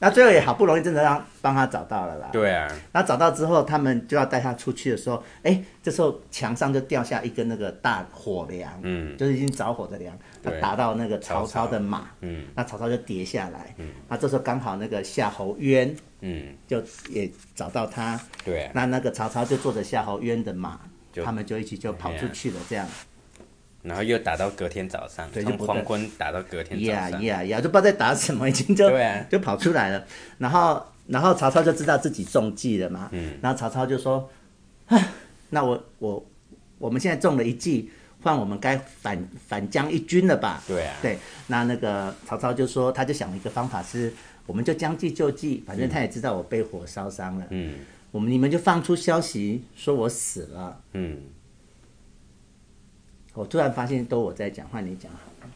Speaker 1: 那最后也好不容易真的让帮他找到了啦。
Speaker 2: 对啊，
Speaker 1: 那找到之后，他们就要带他出去的时候，哎，这时候墙上就掉下一根那个大火梁，
Speaker 2: 嗯
Speaker 1: 就是已经着火的梁，他
Speaker 2: 对
Speaker 1: 打到那个曹操的马，
Speaker 2: 嗯
Speaker 1: 那曹操就跌下来。那这时候刚好那个夏侯渊
Speaker 2: 嗯，
Speaker 1: 就也找到他，
Speaker 2: 对啊，
Speaker 1: 那那个曹操就坐着夏侯渊的马
Speaker 2: 就，哎
Speaker 1: 他们就一起就跑出去了，这样。
Speaker 2: 然后又打到隔天早上，
Speaker 1: 对就
Speaker 2: 从
Speaker 1: 不
Speaker 2: 黄
Speaker 1: 对
Speaker 2: 昏打到隔天
Speaker 1: 呀
Speaker 2: 早上。
Speaker 1: 呀呀，就不知道在打什么，已经就
Speaker 2: 对啊
Speaker 1: 就跑出来了。然后然后曹操就知道自己中计了嘛，
Speaker 2: 嗯
Speaker 1: 然后曹操就说：“唉那我我我们现在中了一计，换我们该反反将一军了吧？”
Speaker 2: 对啊
Speaker 1: 对，那那个曹操就说，他就想了一个方法是，我们就将计就计，反正他也知道我被火烧伤了，
Speaker 2: 嗯
Speaker 1: 我们你们就放出消息说我死了。
Speaker 2: 嗯，
Speaker 1: 我突然发现都我在讲，换你讲好了。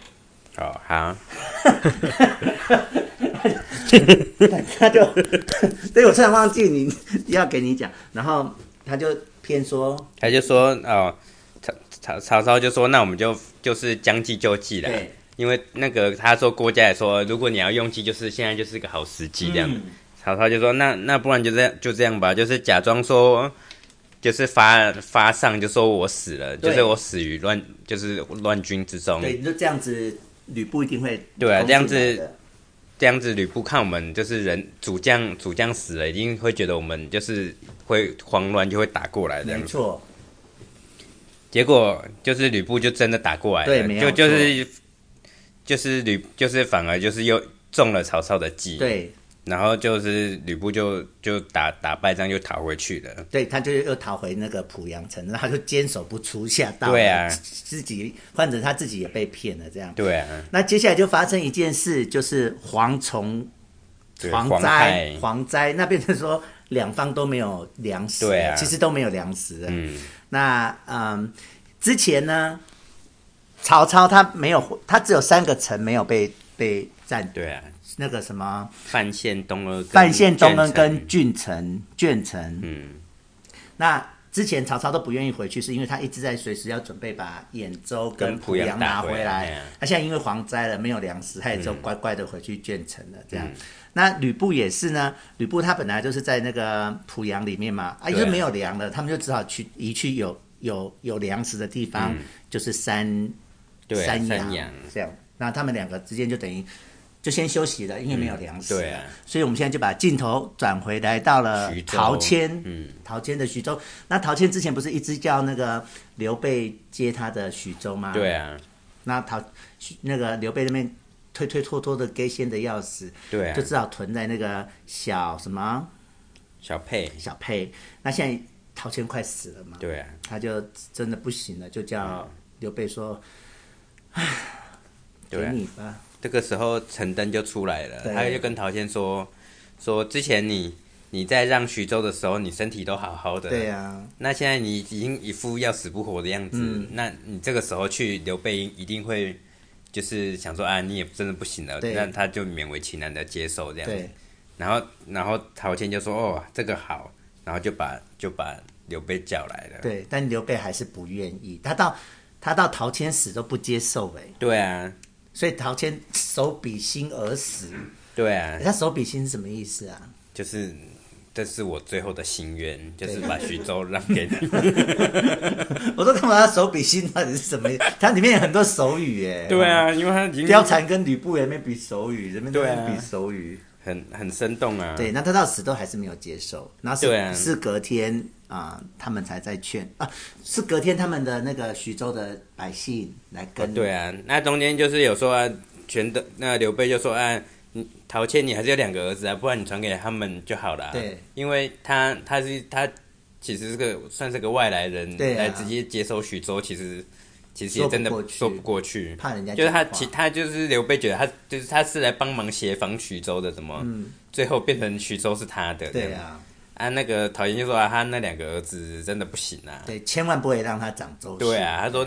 Speaker 2: 哦好，
Speaker 1: 他就， [LAUGHS] 对我突然忘记你要给你讲，然后他就偏说，
Speaker 2: 他就说哦，曹曹曹操就说那我们就就是将计就计了。
Speaker 1: 对
Speaker 2: 因为那个他说郭嘉也说，如果你要用计，就是现在就是个好时机这样。
Speaker 1: 嗯
Speaker 2: 曹操就说那那不然就这样就这样吧，就是假装说。就是发发上就说我死了，
Speaker 1: 对
Speaker 2: 就是我死于乱，就是乱军之中。
Speaker 1: 对，就这样子，吕布一定会
Speaker 2: 嗯对啊
Speaker 1: 攻进
Speaker 2: 这样子
Speaker 1: 来的
Speaker 2: 这样子，吕布看我们就是人主将，主将死了，一定会觉得我们就是会慌乱，就会打过来这
Speaker 1: 没
Speaker 2: 样子。
Speaker 1: 错，
Speaker 2: 结果就是吕布就真的打过来
Speaker 1: 对
Speaker 2: 了，
Speaker 1: 没有
Speaker 2: 就就是就是吕就是反而就是又中了曹操的计，，
Speaker 1: 对
Speaker 2: 然后就是吕布就就打打败仗又逃回去了，
Speaker 1: 对，他就又逃回那个濮阳城，然后他就坚守不出，吓到了
Speaker 2: 对啊
Speaker 1: 自己患者他自己也被骗了这样。
Speaker 2: 对啊，
Speaker 1: 那接下来就发生一件事，就是蝗虫
Speaker 2: 对
Speaker 1: 蝗
Speaker 2: 蝗
Speaker 1: 灾
Speaker 2: 害，
Speaker 1: 蝗灾，那变成说两方都没有粮食了，
Speaker 2: 对啊
Speaker 1: 其实都没有粮食了。
Speaker 2: 嗯，
Speaker 1: 那嗯，之前呢，曹操他没有，他只有三个城没有被被占，
Speaker 2: 对啊，
Speaker 1: 那个什么
Speaker 2: 范县东阿跟
Speaker 1: 范县、东恩跟
Speaker 2: 跟
Speaker 1: 郡城、郡城。
Speaker 2: 嗯，
Speaker 1: 那之前曹操都不愿意回去，是因为他一直在随时要准备把兖州跟
Speaker 2: 跟濮
Speaker 1: 濮
Speaker 2: 阳
Speaker 1: 阳
Speaker 2: 打
Speaker 1: 拿
Speaker 2: 回
Speaker 1: 回
Speaker 2: 来哎
Speaker 1: 来
Speaker 2: 呀。
Speaker 1: 他现在因为蝗灾了，没有粮食，他也就乖乖的回去郡城了。
Speaker 2: 嗯
Speaker 1: 这样，那吕布也是呢。吕布他本来就是在那个濮阳里面嘛，啊，
Speaker 2: 对啊
Speaker 1: 因为没有粮了，他们就只好去移去有有有粮食的地方，就是山
Speaker 2: 嗯对啊
Speaker 1: 山
Speaker 2: 山
Speaker 1: 羊
Speaker 2: 羊
Speaker 1: 这样。那他们两个之间就等于就先休息了，因为没有粮食了、
Speaker 2: 对啊
Speaker 1: 所以我们现在就把镜头转回来到了
Speaker 2: 徐
Speaker 1: 呃
Speaker 2: 州
Speaker 1: 陶谦，
Speaker 2: 嗯，
Speaker 1: 陶谦的徐州。那陶谦之前不是一直叫那个刘备接他的徐州吗？
Speaker 2: 对。啊，
Speaker 1: 那陶徐那个刘备那边推推拖拖的给仙的要死，
Speaker 2: 对啊
Speaker 1: 就，只好囤在那个小什么
Speaker 2: 小沛，
Speaker 1: 小沛。那现在陶谦快死了嘛，
Speaker 2: 对啊，嗯
Speaker 1: 他就真的不行了，就叫刘备说
Speaker 2: 对
Speaker 1: 给
Speaker 2: 啊，
Speaker 1: 你吧，
Speaker 2: 这个时候陈登就出来了
Speaker 1: 对，
Speaker 2: 他就跟陶谦说说之前你你在让徐州的时候，你身体都好好的，
Speaker 1: 对啊。
Speaker 2: 那现在你已经一副要死不活的样子，
Speaker 1: 嗯
Speaker 2: 那你这个时候去刘备一定会就是想说啊，你也真的不行了，
Speaker 1: 对
Speaker 2: 那他就勉为其难的接受这样子
Speaker 1: 对。
Speaker 2: 然后，然后陶谦就说：“哦，这个好。”然后就把就把刘备叫来了。
Speaker 1: 对，但刘备还是不愿意，他到他到陶谦死都不接受哎、
Speaker 2: 对啊，
Speaker 1: 所以陶谦手比心而死。
Speaker 2: 对啊，
Speaker 1: 他手比心是什么意思啊？
Speaker 2: 就是这是我最后的心愿，就是把徐州让
Speaker 1: [LAUGHS]
Speaker 2: 给你。
Speaker 1: 我说干嘛他手比心到底是什么意思？它里面有很多手语哎、
Speaker 2: 对，啊，因为他已经
Speaker 1: 貂蝉跟吕布也没比手语，人们都
Speaker 2: 对
Speaker 1: 在
Speaker 2: 啊
Speaker 1: 比手语。
Speaker 2: 很很生动啊。
Speaker 1: 对，那他到死都还是没有接受，然后是、
Speaker 2: 对啊
Speaker 1: 是隔天啊、他们才在劝啊，是隔天他们的那个徐州的百姓来跟、
Speaker 2: 对啊，那中间就是有说啊，全的那刘备就说啊，你陶谦，你还是有两个儿子啊，不然你传给他们就好了、啊
Speaker 1: 对，
Speaker 2: 因为他他是他其实是个算是个外来人，
Speaker 1: 对啊
Speaker 2: 来直接接收许州，其实其实
Speaker 1: 说
Speaker 2: 也
Speaker 1: 不
Speaker 2: 真的
Speaker 1: 过去
Speaker 2: 说不过去，
Speaker 1: 怕人家
Speaker 2: 就是他
Speaker 1: 讲话
Speaker 2: 其他就是刘备觉得他就是他是来帮忙协防徐州的，怎么、最后变成徐州是他的？这
Speaker 1: 嗯对
Speaker 2: 样
Speaker 1: 啊，
Speaker 2: 啊，那个陶谦就说啊，他那两个儿子真的不行啊，
Speaker 1: 对，千万不会让他长周
Speaker 2: 对
Speaker 1: 氏，
Speaker 2: 啊，他说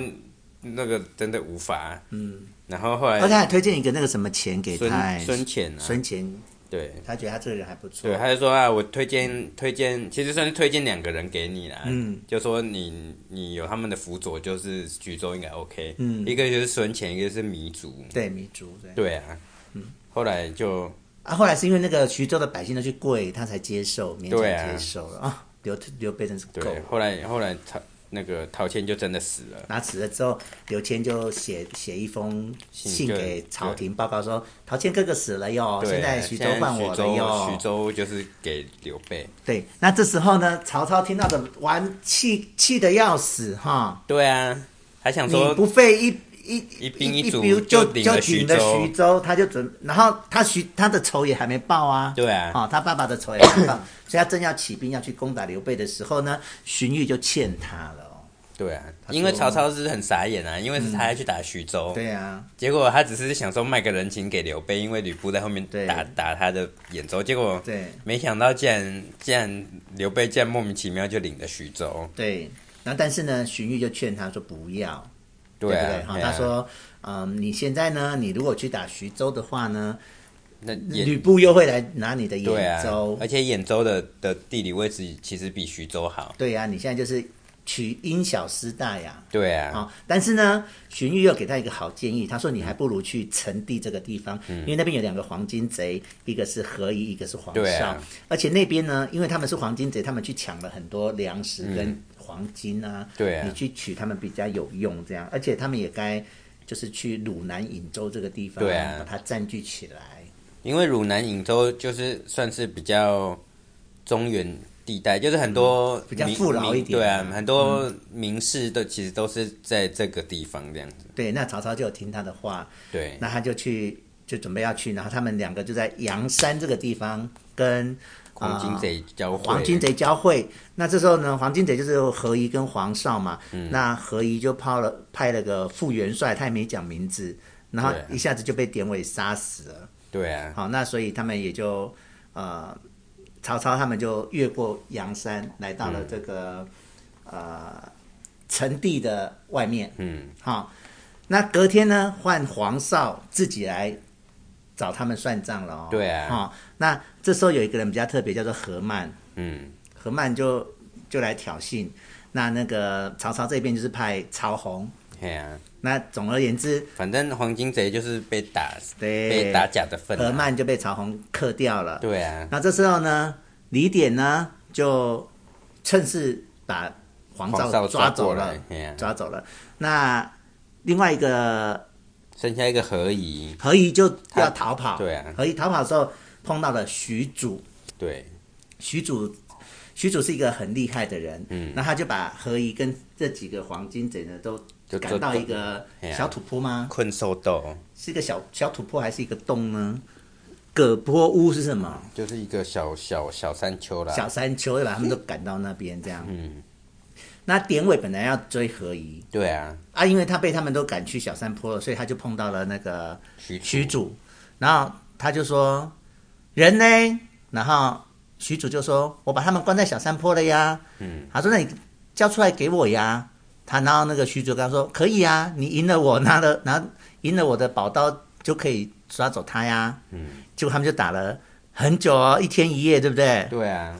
Speaker 2: 那个真的无法，嗯，然后后
Speaker 1: 而且
Speaker 2: 来
Speaker 1: 还推荐一个那个什么钱给他，哎
Speaker 2: 孙孙权啊，
Speaker 1: 孙权，
Speaker 2: 对，
Speaker 1: 他觉得他这个人还不错
Speaker 2: 对，，他就说啊，我推荐推荐，其实算是推荐两个人给你啦。嗯，就说你你有他们的辅佐，就是徐州应该 OK。嗯，一个就是孙权，一个是糜竺。
Speaker 1: 对，糜竺对。
Speaker 2: 对啊，
Speaker 1: 嗯
Speaker 2: 后来就
Speaker 1: 啊，后来是因为那个徐州的百姓都去跪，他才接受，勉
Speaker 2: 对啊
Speaker 1: 强接受了啊。刘刘备真是够
Speaker 2: 对，
Speaker 1: 了。
Speaker 2: 后来后来陶那个陶谦就真的死了。
Speaker 1: 拿死了之后，刘谦就写写一封信
Speaker 2: 信给
Speaker 1: 给朝廷报告说，陶谦哥哥死了哟，
Speaker 2: 对
Speaker 1: 哦现
Speaker 2: 啊，
Speaker 1: 在徐州换我了哟
Speaker 2: 徐。州就是给刘备。
Speaker 1: 对，那这时候呢，曹操听到的完气气的要死哈，
Speaker 2: 对啊，还想
Speaker 1: 你
Speaker 2: 说
Speaker 1: 不费一。一
Speaker 2: 一兵一
Speaker 1: 一
Speaker 2: 卒
Speaker 1: 兵就
Speaker 2: 就领
Speaker 1: 就
Speaker 2: 了
Speaker 1: 领
Speaker 2: 徐
Speaker 1: 了
Speaker 2: 州
Speaker 1: 徐州，他就准，然后他徐他的仇也还没报啊，
Speaker 2: 对啊
Speaker 1: 哦，他爸爸的仇也没报， [COUGHS] 所以他正要起兵要去攻打刘备的时候呢，荀彧就欠他了哦、
Speaker 2: 对啊，
Speaker 1: 他
Speaker 2: 因为
Speaker 1: 说
Speaker 2: 曹操是很傻眼啊，因为是他要去打徐州。
Speaker 1: 对啊，
Speaker 2: 结果他只是想说卖个人情给刘备，因为吕布在后面
Speaker 1: 对
Speaker 2: 打打他的兖州，结果
Speaker 1: 对
Speaker 2: 没想到竟然竟然刘备竟然莫名其妙就领了徐州，
Speaker 1: 对，然后但是呢，荀彧就劝他说不要，
Speaker 2: 对
Speaker 1: 不
Speaker 2: 啊，
Speaker 1: 对？哈、
Speaker 2: 对啊
Speaker 1: 他说，嗯，你现在呢，你如果去打徐州的话呢，
Speaker 2: 那
Speaker 1: 吕
Speaker 2: 兖
Speaker 1: 布又会来拿你的
Speaker 2: 对啊
Speaker 1: 兖州，，
Speaker 2: 而且兖州的的地理位置其实比徐州好，
Speaker 1: 对啊呀、你现在就是取因小失大呀。
Speaker 2: 对
Speaker 1: 啊、
Speaker 2: 啊，
Speaker 1: 但是呢，荀彧又给他一个好建议，他说你还不如去陈地这个地方，
Speaker 2: 嗯
Speaker 1: 因为那边有两个黄金贼，一个是何仪，一个是黄
Speaker 2: 对
Speaker 1: 绍，
Speaker 2: 啊
Speaker 1: 而且那边呢，因为他们是黄金贼，他们去抢了很多粮食跟黄金啊，
Speaker 2: 嗯对啊
Speaker 1: 你去取他们比较有用，这样，而且他们也该就是去汝南颍州这个地方，
Speaker 2: 对啊
Speaker 1: 把它占据起来，
Speaker 2: 因为汝南颍州就是算是比较中原地带，就是很多
Speaker 1: 嗯比较
Speaker 2: 名
Speaker 1: 富饶一点
Speaker 2: 名对啊
Speaker 1: 啊，
Speaker 2: 很多名士都其实都是在这个地方这样子，
Speaker 1: 对，那曹操就有听他的话，
Speaker 2: 对，
Speaker 1: 那他就去，就准备要去，然后他们两个就在阳山这个地方跟
Speaker 2: 黄金贼交汇
Speaker 1: 黄金贼交汇。那这时候呢，黄金贼就是何仪跟黄绍嘛，
Speaker 2: 嗯
Speaker 1: 那何仪就抛了派了个副元帅，他也没讲名字，然后
Speaker 2: 对啊
Speaker 1: 一下子就被典韦杀死了。
Speaker 2: 对啊，
Speaker 1: 好，那所以他们也就呃，曹操他们就越过阳山，来到
Speaker 2: 嗯
Speaker 1: 了这个、呃陈地的外面。
Speaker 2: 嗯，
Speaker 1: 好，那隔天呢，换黄少自己来找他们算账了哦。
Speaker 2: 对啊
Speaker 1: 好、那这时候有一个人比较特别，叫做何曼，
Speaker 2: 嗯。
Speaker 1: 何曼就就来挑衅。那那个曹操这边就是派曹洪。
Speaker 2: 嘿啊，
Speaker 1: 那总而言之，
Speaker 2: 反正黄金贼就是被打
Speaker 1: 对
Speaker 2: 被打假的份、
Speaker 1: 何
Speaker 2: 啊。
Speaker 1: 曼就被曹洪克掉了。
Speaker 2: 对啊，
Speaker 1: 那这时候呢，李典呢就趁势把黄
Speaker 2: 黄少
Speaker 1: 兆
Speaker 2: 抓
Speaker 1: 走
Speaker 2: 过
Speaker 1: 了
Speaker 2: 来，嘿啊
Speaker 1: 抓走了。那另外一个
Speaker 2: 剩下一个何仪，
Speaker 1: 何仪就要
Speaker 2: 他
Speaker 1: 逃跑，
Speaker 2: 对啊
Speaker 1: 何仪逃跑的时候碰到了许褚，
Speaker 2: 对
Speaker 1: 许褚。许褚是一个很厉害的人，嗯，那他就把何仪跟这几个黄金贼呢都
Speaker 2: 就
Speaker 1: 赶到一个
Speaker 2: 嘿啊
Speaker 1: 小土坡吗？
Speaker 2: 困兽斗，
Speaker 1: 是一个小小土坡还是一个洞呢？葛坡屋是什么？
Speaker 2: 就是一个小小小山丘啦。
Speaker 1: 小山丘，对吧？他们都赶到那边这样。嗯，那典韦本来要追何仪
Speaker 2: 对啊，
Speaker 1: 啊，因为他被他们都赶去小山坡了，所以他就碰到了那个
Speaker 2: 许
Speaker 1: 许褚，然后他就说：“人呢？”然后许褚就说：“我把他们关在小山坡了呀。”嗯，他说：“那你交出来给我呀。”他然后那个许褚跟他说：“可以啊，你赢了我，拿了拿赢了我的宝刀就可以抓走他呀。”嗯，结果他们就打了很久哦，一天一夜，对不对？
Speaker 2: 对啊，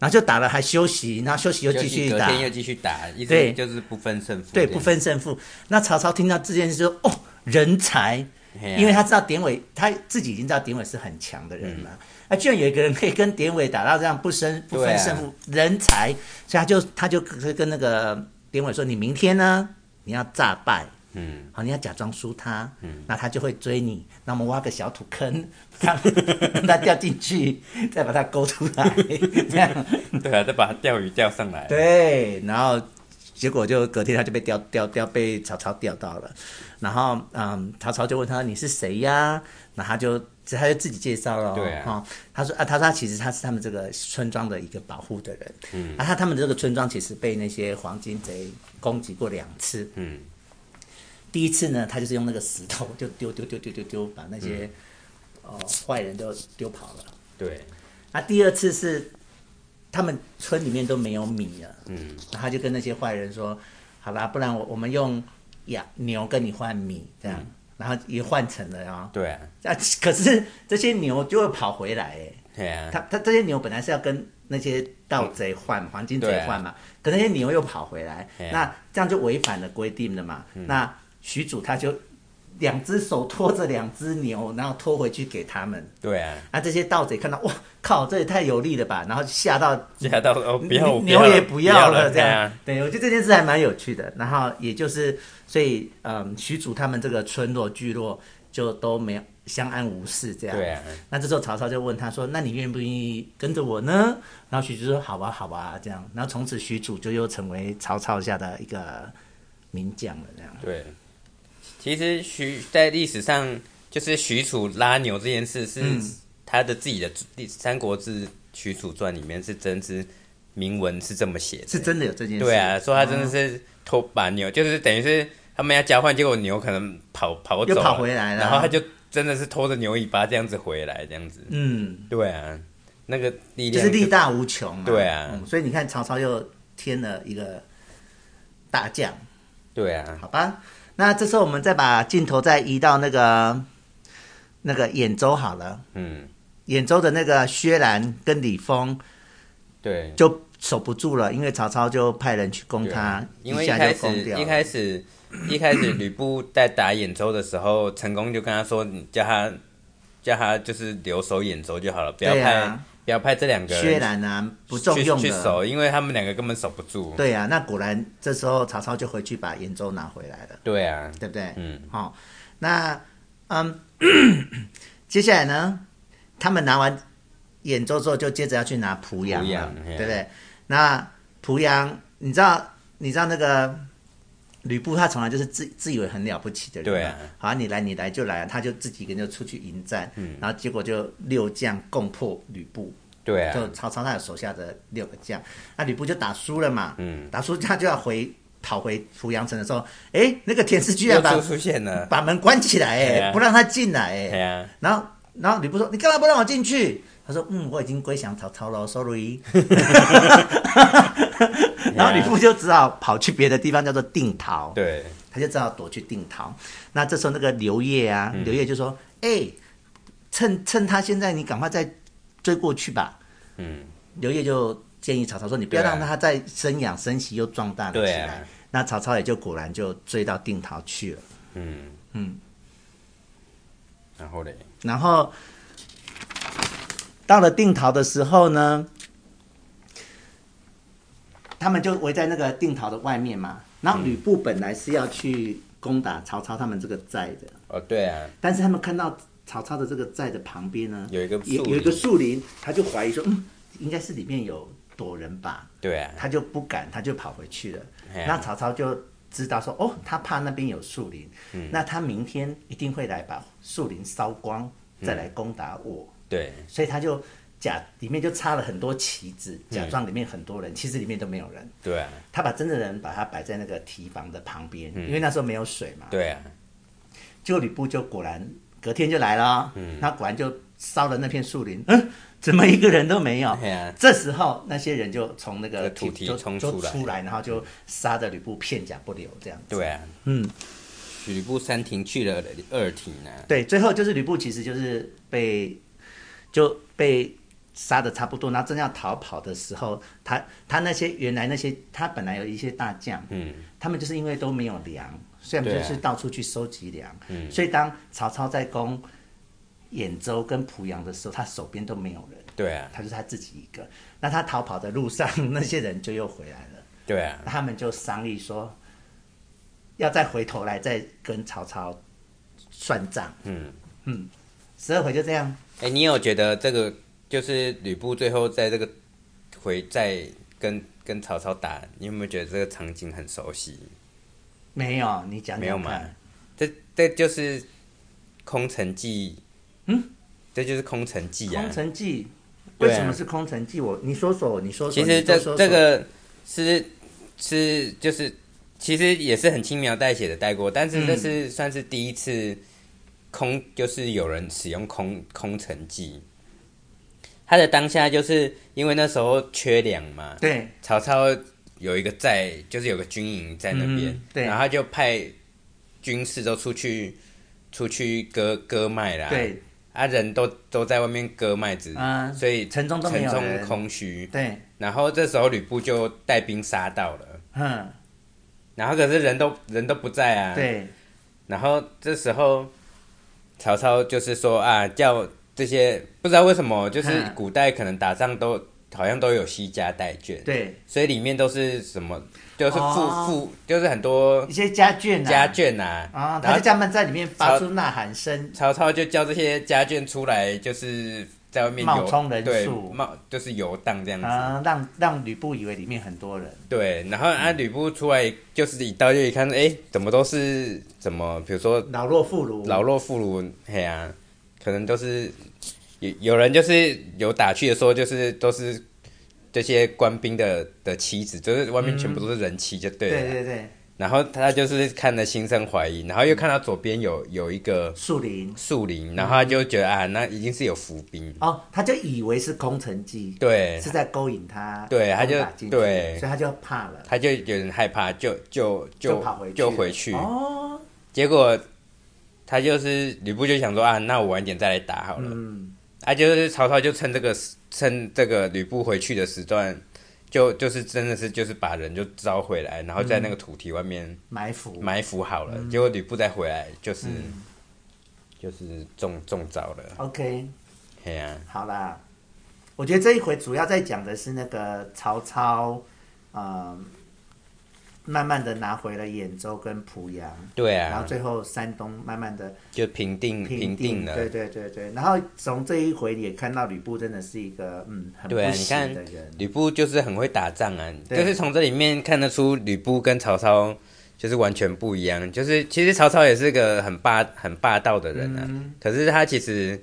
Speaker 1: 然后就打了还休息，然后休息又
Speaker 2: 就
Speaker 1: 继续
Speaker 2: 隔
Speaker 1: 打，
Speaker 2: 天又继续打，一
Speaker 1: 对
Speaker 2: 直就是不分胜负。
Speaker 1: 对，不。分胜负。那曹操听到这件事就哦，人才，
Speaker 2: 嘿啊
Speaker 1: 因为他知道典韦，他自己已经知道典韦是很强的人了。啊，居然有一个人可以跟典韦打到这样不生不分胜负，人才，所以他就他就跟那个典韦说：“你明天呢，你要诈败，嗯，好，你要假装输他，嗯，那他就会追你。那我们挖个小土坑，让让他掉进去，再把他勾出来，这样。”
Speaker 2: 对啊，再把他钓鱼钓上来。
Speaker 1: 对，然后结果就隔天他就被钓钓钓被曹操钓到了，然后嗯，曹操就问他你是谁呀？那他就他就自己介绍了、哦，
Speaker 2: 对啊
Speaker 1: 哈、他说啊，他说他其实他是他们这个村庄的一个保护的人，嗯，啊，他他们这个村庄其实被那些黄金贼攻击过两次，
Speaker 2: 嗯，
Speaker 1: 第一次呢，他就是用那个石头就丢丢丢丢丢丢，把那些、呃
Speaker 2: 嗯
Speaker 1: 坏人都丢跑了。
Speaker 2: 对，
Speaker 1: 那啊第二次是他们村里面都没有米了，嗯，然后他就跟那些坏人说：“好啦，不然我我们用养牛跟你换米，这样。然后也换成了啊、
Speaker 2: 嗯对啊，
Speaker 1: 啊，可是这些牛就会跑回来、欸，
Speaker 2: 对啊，
Speaker 1: 他他这些牛本来是要跟那些盗贼换、黄金
Speaker 2: 对
Speaker 1: 贼
Speaker 2: 啊
Speaker 1: 换嘛，可那些牛又跑回来，
Speaker 2: 对啊
Speaker 1: 那这样就违反了规定了嘛。
Speaker 2: 嗯
Speaker 1: 那徐主他就两只手拖着两只牛，然后拖回去给他们。
Speaker 2: 对啊，
Speaker 1: 啊，这些盗贼看到哇靠，这也太有力了吧，然后吓到
Speaker 2: 吓到哦，不要，
Speaker 1: 牛
Speaker 2: 我
Speaker 1: 牛也
Speaker 2: 不
Speaker 1: 不
Speaker 2: 要
Speaker 1: 要
Speaker 2: 了，
Speaker 1: 了，
Speaker 2: 对
Speaker 1: 这样
Speaker 2: 啊，。
Speaker 1: 对，我觉得这件事还蛮有趣的。然后也就是，所以嗯，徐主他们这个村落聚落就都没有相安无事这样。
Speaker 2: 对啊
Speaker 1: 那这时候曹操就问他说：“那你愿不愿意跟着我呢？”然后许褚说：“好吧，好吧。”这样，然后从此许褚就又成为曹操下的一个名将了。这样，
Speaker 2: 对，其实徐在历史上就是许褚拉牛这件事是
Speaker 1: 嗯
Speaker 2: 他的自己的第《三国志·许褚传》里面是真是明文是这么写的，
Speaker 1: 是真的有这件事。
Speaker 2: 对啊，说他真
Speaker 1: 哦
Speaker 2: 的是偷把牛，就是等于是他们要交换，结果牛可能跑跑走
Speaker 1: 又
Speaker 2: 了，
Speaker 1: 跑回来了
Speaker 2: 然后他就真的是拖着牛尾巴这样子回来，这样子，
Speaker 1: 嗯，
Speaker 2: 对啊，那个力
Speaker 1: 就
Speaker 2: 量
Speaker 1: 是力大无穷嘛。
Speaker 2: 对啊
Speaker 1: 嗯所以你看曹操又添了一个大将。
Speaker 2: 对啊，
Speaker 1: 好吧，那这时候我们再把镜头再移到那个那个兖州好了，
Speaker 2: 嗯，
Speaker 1: 兖州的那个薛兰跟李丰
Speaker 2: 对，
Speaker 1: 就守不住了，因为曹操就派人去攻
Speaker 2: 对
Speaker 1: 他
Speaker 2: 啊，因为一
Speaker 1: 下
Speaker 2: 开
Speaker 1: 就
Speaker 2: 始
Speaker 1: 攻掉
Speaker 2: 一
Speaker 1: 了。
Speaker 2: 开始一开始吕布在打兖州的时候，成功就跟他说，你叫他叫他就是留守兖州就好了，不要
Speaker 1: 对
Speaker 2: 派、
Speaker 1: 啊
Speaker 2: 不要派这两个人
Speaker 1: 薛兰啊，不重用
Speaker 2: 去去
Speaker 1: 了。
Speaker 2: 守，因为他们两个根本守不住。
Speaker 1: 对啊，那果然这时候曹操就回去把兖州拿回来了，
Speaker 2: 对啊，
Speaker 1: 对不对？
Speaker 2: 嗯，
Speaker 1: 好、那嗯， [CLEARS THROAT] 接下来呢，他们拿完兖州之后，就接着要去拿濮阳
Speaker 2: 濮
Speaker 1: 了
Speaker 2: 阳，
Speaker 1: 对不对？那濮阳，你知道，你知道那个吕布他从来就是自自以为很了不起的人嘛，
Speaker 2: 对啊
Speaker 1: 好、你来你来就来，啊他就自己一个人就出去迎战，
Speaker 2: 嗯
Speaker 1: 然后结果就六将共破吕布，
Speaker 2: 对啊，
Speaker 1: 就曹操他有手下的六个将，那吕布就打输了嘛，
Speaker 2: 嗯
Speaker 1: 打输他就要回跑回濮阳城的时候，哎，那个田氏居然
Speaker 2: 又
Speaker 1: 把
Speaker 2: 出出现了，
Speaker 1: 把门关起来、
Speaker 2: 对
Speaker 1: 哎、
Speaker 2: 啊
Speaker 1: 不让他进来、哎、
Speaker 2: 对啊，
Speaker 1: 然后，然后吕布说：“你干嘛不让我进去？”他说：“嗯，我已经归降曹操了，sorry。” [LAUGHS] 然后吕布就只好跑去别的地方，叫做定陶，
Speaker 2: 对
Speaker 1: 他就只好躲去定陶。那这时候那个刘烨啊，
Speaker 2: 嗯
Speaker 1: 刘烨就说：“哎、趁趁他现在，你赶快再追过去吧。”
Speaker 2: 嗯，
Speaker 1: 刘烨就建议曹操说：“你不要
Speaker 2: 对啊
Speaker 1: 让他再生养生息，又壮大了起
Speaker 2: 对啊
Speaker 1: 来。那曹操也就果然就追到定陶去了。
Speaker 2: 嗯
Speaker 1: 嗯，
Speaker 2: 然后嘞，
Speaker 1: 然后到了定陶的时候呢，他们就围在那个定陶的外面嘛。然后吕布本来是要去攻打曹操他们这个寨的，
Speaker 2: 哦对啊，
Speaker 1: 但是他们看到曹操的这个寨的旁边呢，
Speaker 2: 有一个
Speaker 1: 有
Speaker 2: 树
Speaker 1: 有一个
Speaker 2: 林
Speaker 1: 树林，他就怀疑说，嗯，应该是里面有躲人吧。
Speaker 2: 对啊，
Speaker 1: 他就不敢，他就跑回去了。
Speaker 2: 哎呀
Speaker 1: 那曹操就知道说，哦，他怕那边有树林，
Speaker 2: 嗯
Speaker 1: 那他明天一定会来把树林烧光，再来攻打我。
Speaker 2: 对
Speaker 1: 所以他就假里面就插了很多旗子，
Speaker 2: 嗯
Speaker 1: 假装里面很多人，其实里面都没有人。
Speaker 2: 对啊，
Speaker 1: 他把真的人把他摆在那个堤防的旁边，
Speaker 2: 嗯
Speaker 1: 因为那时候没有水嘛。
Speaker 2: 对啊，
Speaker 1: 结果吕布就果然隔天就来了哦，
Speaker 2: 嗯
Speaker 1: 他果然就烧了那片树林，嗯，怎么一个人都没有
Speaker 2: 对啊？
Speaker 1: 这时候那些人就从那
Speaker 2: 那
Speaker 1: 个
Speaker 2: 土
Speaker 1: 土
Speaker 2: 地
Speaker 1: 就
Speaker 2: 冲
Speaker 1: 就
Speaker 2: 出来
Speaker 1: 出来，然后就杀的吕布片甲不留这样子。
Speaker 2: 对啊，
Speaker 1: 嗯，
Speaker 2: 吕布三庭去了二庭啊，
Speaker 1: 对，最后就是吕布其实就是被就被杀的差不多，然后正要逃跑的时候，他他那些原来那些他本来有一些大将，
Speaker 2: 嗯，
Speaker 1: 他们就是因为都没有粮，所以他们
Speaker 2: 对啊嗯
Speaker 1: 就是到处去收集粮。所以当曹操在攻兖州跟濮阳的时候，他手边都没有人，
Speaker 2: 对啊，
Speaker 1: 他就是他自己一个。那他逃跑的路上， [LAUGHS] 那些人就又回来了，
Speaker 2: 对啊，
Speaker 1: 那他们就商议说，要再回头来再跟曹操算账。
Speaker 2: 嗯。
Speaker 1: 十二回就这样，
Speaker 2: 哎、你有觉得这个就是吕布最后在这个回在跟跟曹操打，你有没有觉得这个场景很熟悉？
Speaker 1: 没有，你讲讲
Speaker 2: 没有嘛
Speaker 1: 看？
Speaker 2: 这这就是《空城计》，嗯，这就是《空城计》啊。
Speaker 1: 空城计为
Speaker 2: 对啊
Speaker 1: 什么是空城计？我你说说，你说说。
Speaker 2: 其
Speaker 1: 你
Speaker 2: 实这
Speaker 1: 说说
Speaker 2: 这个是是就是其实也是很轻描淡写的带过，但是这
Speaker 1: 嗯
Speaker 2: 是算是第一次空，就是有人使用空空城计。他的当下就是因为那时候缺粮嘛，
Speaker 1: 对
Speaker 2: 曹操有一个在，就是有个军营在那边，
Speaker 1: 嗯对
Speaker 2: 然后他就派军士都出去出去割割麦啦，，
Speaker 1: 对
Speaker 2: 啊人都都在外面割麦子，
Speaker 1: 嗯
Speaker 2: 所以
Speaker 1: 城中都没
Speaker 2: 城
Speaker 1: 有
Speaker 2: 中
Speaker 1: 人
Speaker 2: 空虚，
Speaker 1: 对，
Speaker 2: 然后这时候吕布就带兵杀到了，
Speaker 1: 嗯，
Speaker 2: 啊然后可是人都人都不在啊，，
Speaker 1: 对
Speaker 2: 然后这时候曹操就是说啊，叫这些不知道为什么，就是
Speaker 1: 嗯
Speaker 2: 古代可能打仗都好像都有惜家带眷，。
Speaker 1: 对，
Speaker 2: 所以里面都是什么，就是富
Speaker 1: 哦
Speaker 2: 富，就是很多
Speaker 1: 一些家眷啊，
Speaker 2: 家眷啊。
Speaker 1: 啊，
Speaker 2: 然
Speaker 1: 他
Speaker 2: 后
Speaker 1: 就他们在里面发
Speaker 2: 曹
Speaker 1: 出呐喊声，
Speaker 2: 曹操就叫这些家眷出来，就是在外面游
Speaker 1: 冒充人数
Speaker 2: 对，冒就是游荡这样子。
Speaker 1: 啊，让让吕布以为里面很多人，
Speaker 2: 对，然后啊，吕布出来就是一到就一看，哎，怎么都是怎么，比如说
Speaker 1: 老弱妇孺，
Speaker 2: 老弱妇孺，嘿啊，可能都是有有人就是有打趣的说，就是都是这些官兵的的妻子，就是外面全部都是人妻，就对了。
Speaker 1: 对对对，
Speaker 2: 然后他就是看了心生怀疑，然后又看到左边有有一个
Speaker 1: 树林
Speaker 2: 树林，然后他就觉得啊，那一定是有伏兵，
Speaker 1: 哦，他就以为是空城计，
Speaker 2: 对
Speaker 1: 是，在勾引他，
Speaker 2: 对他就
Speaker 1: 攻打进去
Speaker 2: 对
Speaker 1: 所以他就怕了，
Speaker 2: 他就有点害怕，就就就
Speaker 1: 就跑回去
Speaker 2: 就回去，
Speaker 1: 哦，
Speaker 2: 结果他就是吕布就想说啊，那我晚一点再来打好了，
Speaker 1: 嗯，
Speaker 2: 啊，就是曹操就趁这个时趁这个吕布回去的时段，就就是真的是就是把人就招回来，然后在那个土地外面
Speaker 1: 埋伏，
Speaker 2: 埋伏好了，
Speaker 1: 嗯
Speaker 2: 结果吕布再回来就是。就是中中招了，
Speaker 1: ，OK，
Speaker 2: 嘿呀、啊，
Speaker 1: 好啦，我觉得这一回主要在讲的是那个曹操，嗯，慢慢的拿回了兖州跟濮阳，
Speaker 2: 对
Speaker 1: 然
Speaker 2: 啊
Speaker 1: 后，最后山东慢慢的。
Speaker 2: 就平定平定了。
Speaker 1: 对对对对。然后从这一回也看到吕布真的是一个嗯很不
Speaker 2: 对啊，你
Speaker 1: 行
Speaker 2: 看
Speaker 1: 的人，
Speaker 2: 吕布就是很会打仗啊，就
Speaker 1: 对
Speaker 2: 是从这里面看得出吕布跟曹操就是完全不一样。就是其实曹操也是个很霸很霸道的人啊，
Speaker 1: 嗯
Speaker 2: 可是他其实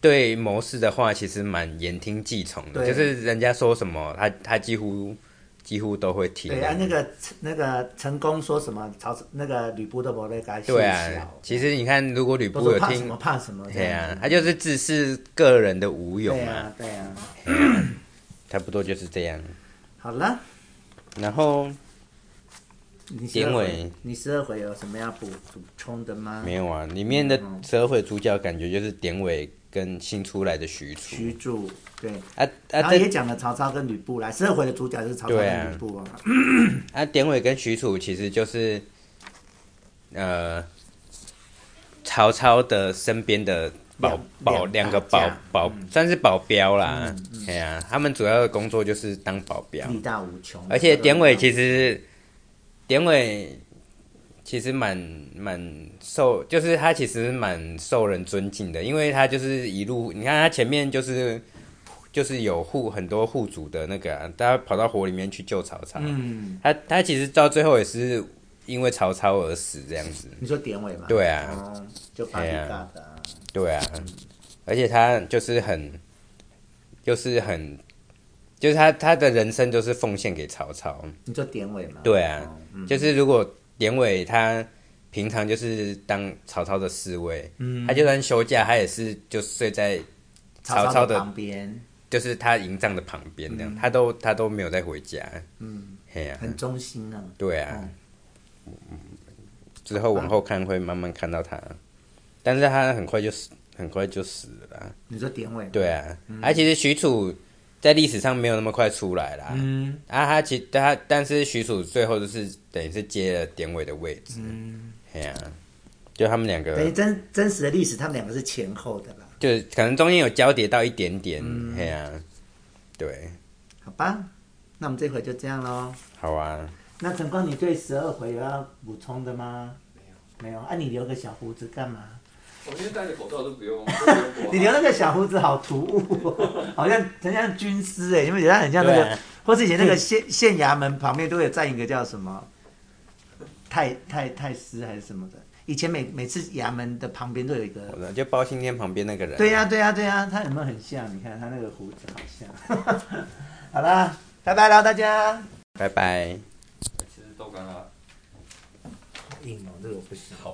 Speaker 2: 对谋士的话其实蛮言听计从的，
Speaker 1: 对
Speaker 2: 就是人家说什么他他几乎几乎都会听。
Speaker 1: 对啊，那个那个成功说什么曹那个吕布都不会给他
Speaker 2: 对
Speaker 1: 细
Speaker 2: 啊
Speaker 1: 小，
Speaker 2: 其实你看，如果吕
Speaker 1: 都
Speaker 2: 布
Speaker 1: 说
Speaker 2: 有
Speaker 1: 怕什
Speaker 2: 听
Speaker 1: 么，怕什么，
Speaker 2: 对啊，他
Speaker 1: 这样子
Speaker 2: 就是自视个人的无用
Speaker 1: 对
Speaker 2: 啊
Speaker 1: 啊，对啊。
Speaker 2: 差不多就是这样。
Speaker 1: 好了，
Speaker 2: 然后
Speaker 1: 你十
Speaker 2: 结
Speaker 1: 二
Speaker 2: 尾
Speaker 1: 回，你十二回有什么要补补充的吗？
Speaker 2: 没有啊，里面的社会主角感觉就是典韦跟新出来的许褚
Speaker 1: 徐庶对，
Speaker 2: 啊啊
Speaker 1: 然后也
Speaker 2: 这
Speaker 1: 讲了曹操跟吕布来，十二回的主角就是曹操
Speaker 2: 对啊
Speaker 1: 跟吕布啊，
Speaker 2: 啊典韦跟许褚其实就是呃曹操的身边的保
Speaker 1: 两
Speaker 2: 保
Speaker 1: 两大嗯
Speaker 2: 两个保
Speaker 1: 将
Speaker 2: 保算是保镖啦，
Speaker 1: 嗯
Speaker 2: 哎呀，他们主要的工作就是当保镖，
Speaker 1: 力大无穷。
Speaker 2: 而且典韦其
Speaker 1: 实
Speaker 2: 实，典韦其实蛮蛮受，就是他其实蛮受人尊敬的，因为他就是一路，你看他前面就是就是有护很多护主的那个、啊，他跑到火里面去救曹操，
Speaker 1: 嗯，
Speaker 2: 他他其实到最后也是因为曹操而死这样子，
Speaker 1: 你说典韦嘛，
Speaker 2: 对啊
Speaker 1: 哦，就把力
Speaker 2: 对啊
Speaker 1: 大的啊。
Speaker 2: 对啊，而且他就是很，就是很，就是他他的人生就是奉献给曹操，
Speaker 1: 你做典韦嘛？
Speaker 2: 对啊
Speaker 1: 哦嗯
Speaker 2: 就是如果典韦他平常就是当曹操的侍卫，
Speaker 1: 嗯
Speaker 2: 他就算休假，他也是就睡在
Speaker 1: 曹
Speaker 2: 曹操
Speaker 1: 的
Speaker 2: 的
Speaker 1: 旁边，嗯
Speaker 2: 就是他营帐的旁边这样，他都他都没有再回家。嗯，嘿呀、
Speaker 1: 很哦忠心啊。
Speaker 2: 对啊，嗯之后往后看会慢慢看到他，但是他很快就死，很快就死了啦。
Speaker 1: 你说典韦？，
Speaker 2: 对啊，
Speaker 1: 嗯
Speaker 2: 而、其实许褚在历史上没有那么快出来啦。
Speaker 1: 嗯，
Speaker 2: 啊，他其他但是许褚最后就是等于是接了典韦的位置，嗯，哎呀、就他们两
Speaker 1: 等于
Speaker 2: 个，
Speaker 1: 真真实的历史，他们两个是前后的啦，
Speaker 2: 就可能中间有交叠到一点点，
Speaker 1: 嗯
Speaker 2: 哎呀、对，
Speaker 1: 好吧？那我们这回就这样喽。
Speaker 2: 好啊，
Speaker 1: 那陈光，你对十二回有要补充的吗？没有，没有。啊，你留个小胡子干嘛？
Speaker 3: [LAUGHS] 我们今天戴着口罩都不用，都不用
Speaker 1: 你留那个小胡子好突兀、哦，好像很像军师哎、你们觉得很像那
Speaker 2: 对
Speaker 1: 个
Speaker 2: 啊，
Speaker 1: 或是以前那个县县衙门旁边都有站一个叫什么太太太师还是什么的，以前每每次衙门的旁边都有一个
Speaker 2: 我。知道就包青天旁边那个人。
Speaker 1: 对呀、对呀、对呀、他有没有很像？你看他那个胡子好像。 [LAUGHS] 好啦，拜拜了大家。
Speaker 2: 拜拜。
Speaker 3: 其实豆干啊。
Speaker 6: 硬哦，这个我不行。
Speaker 3: 好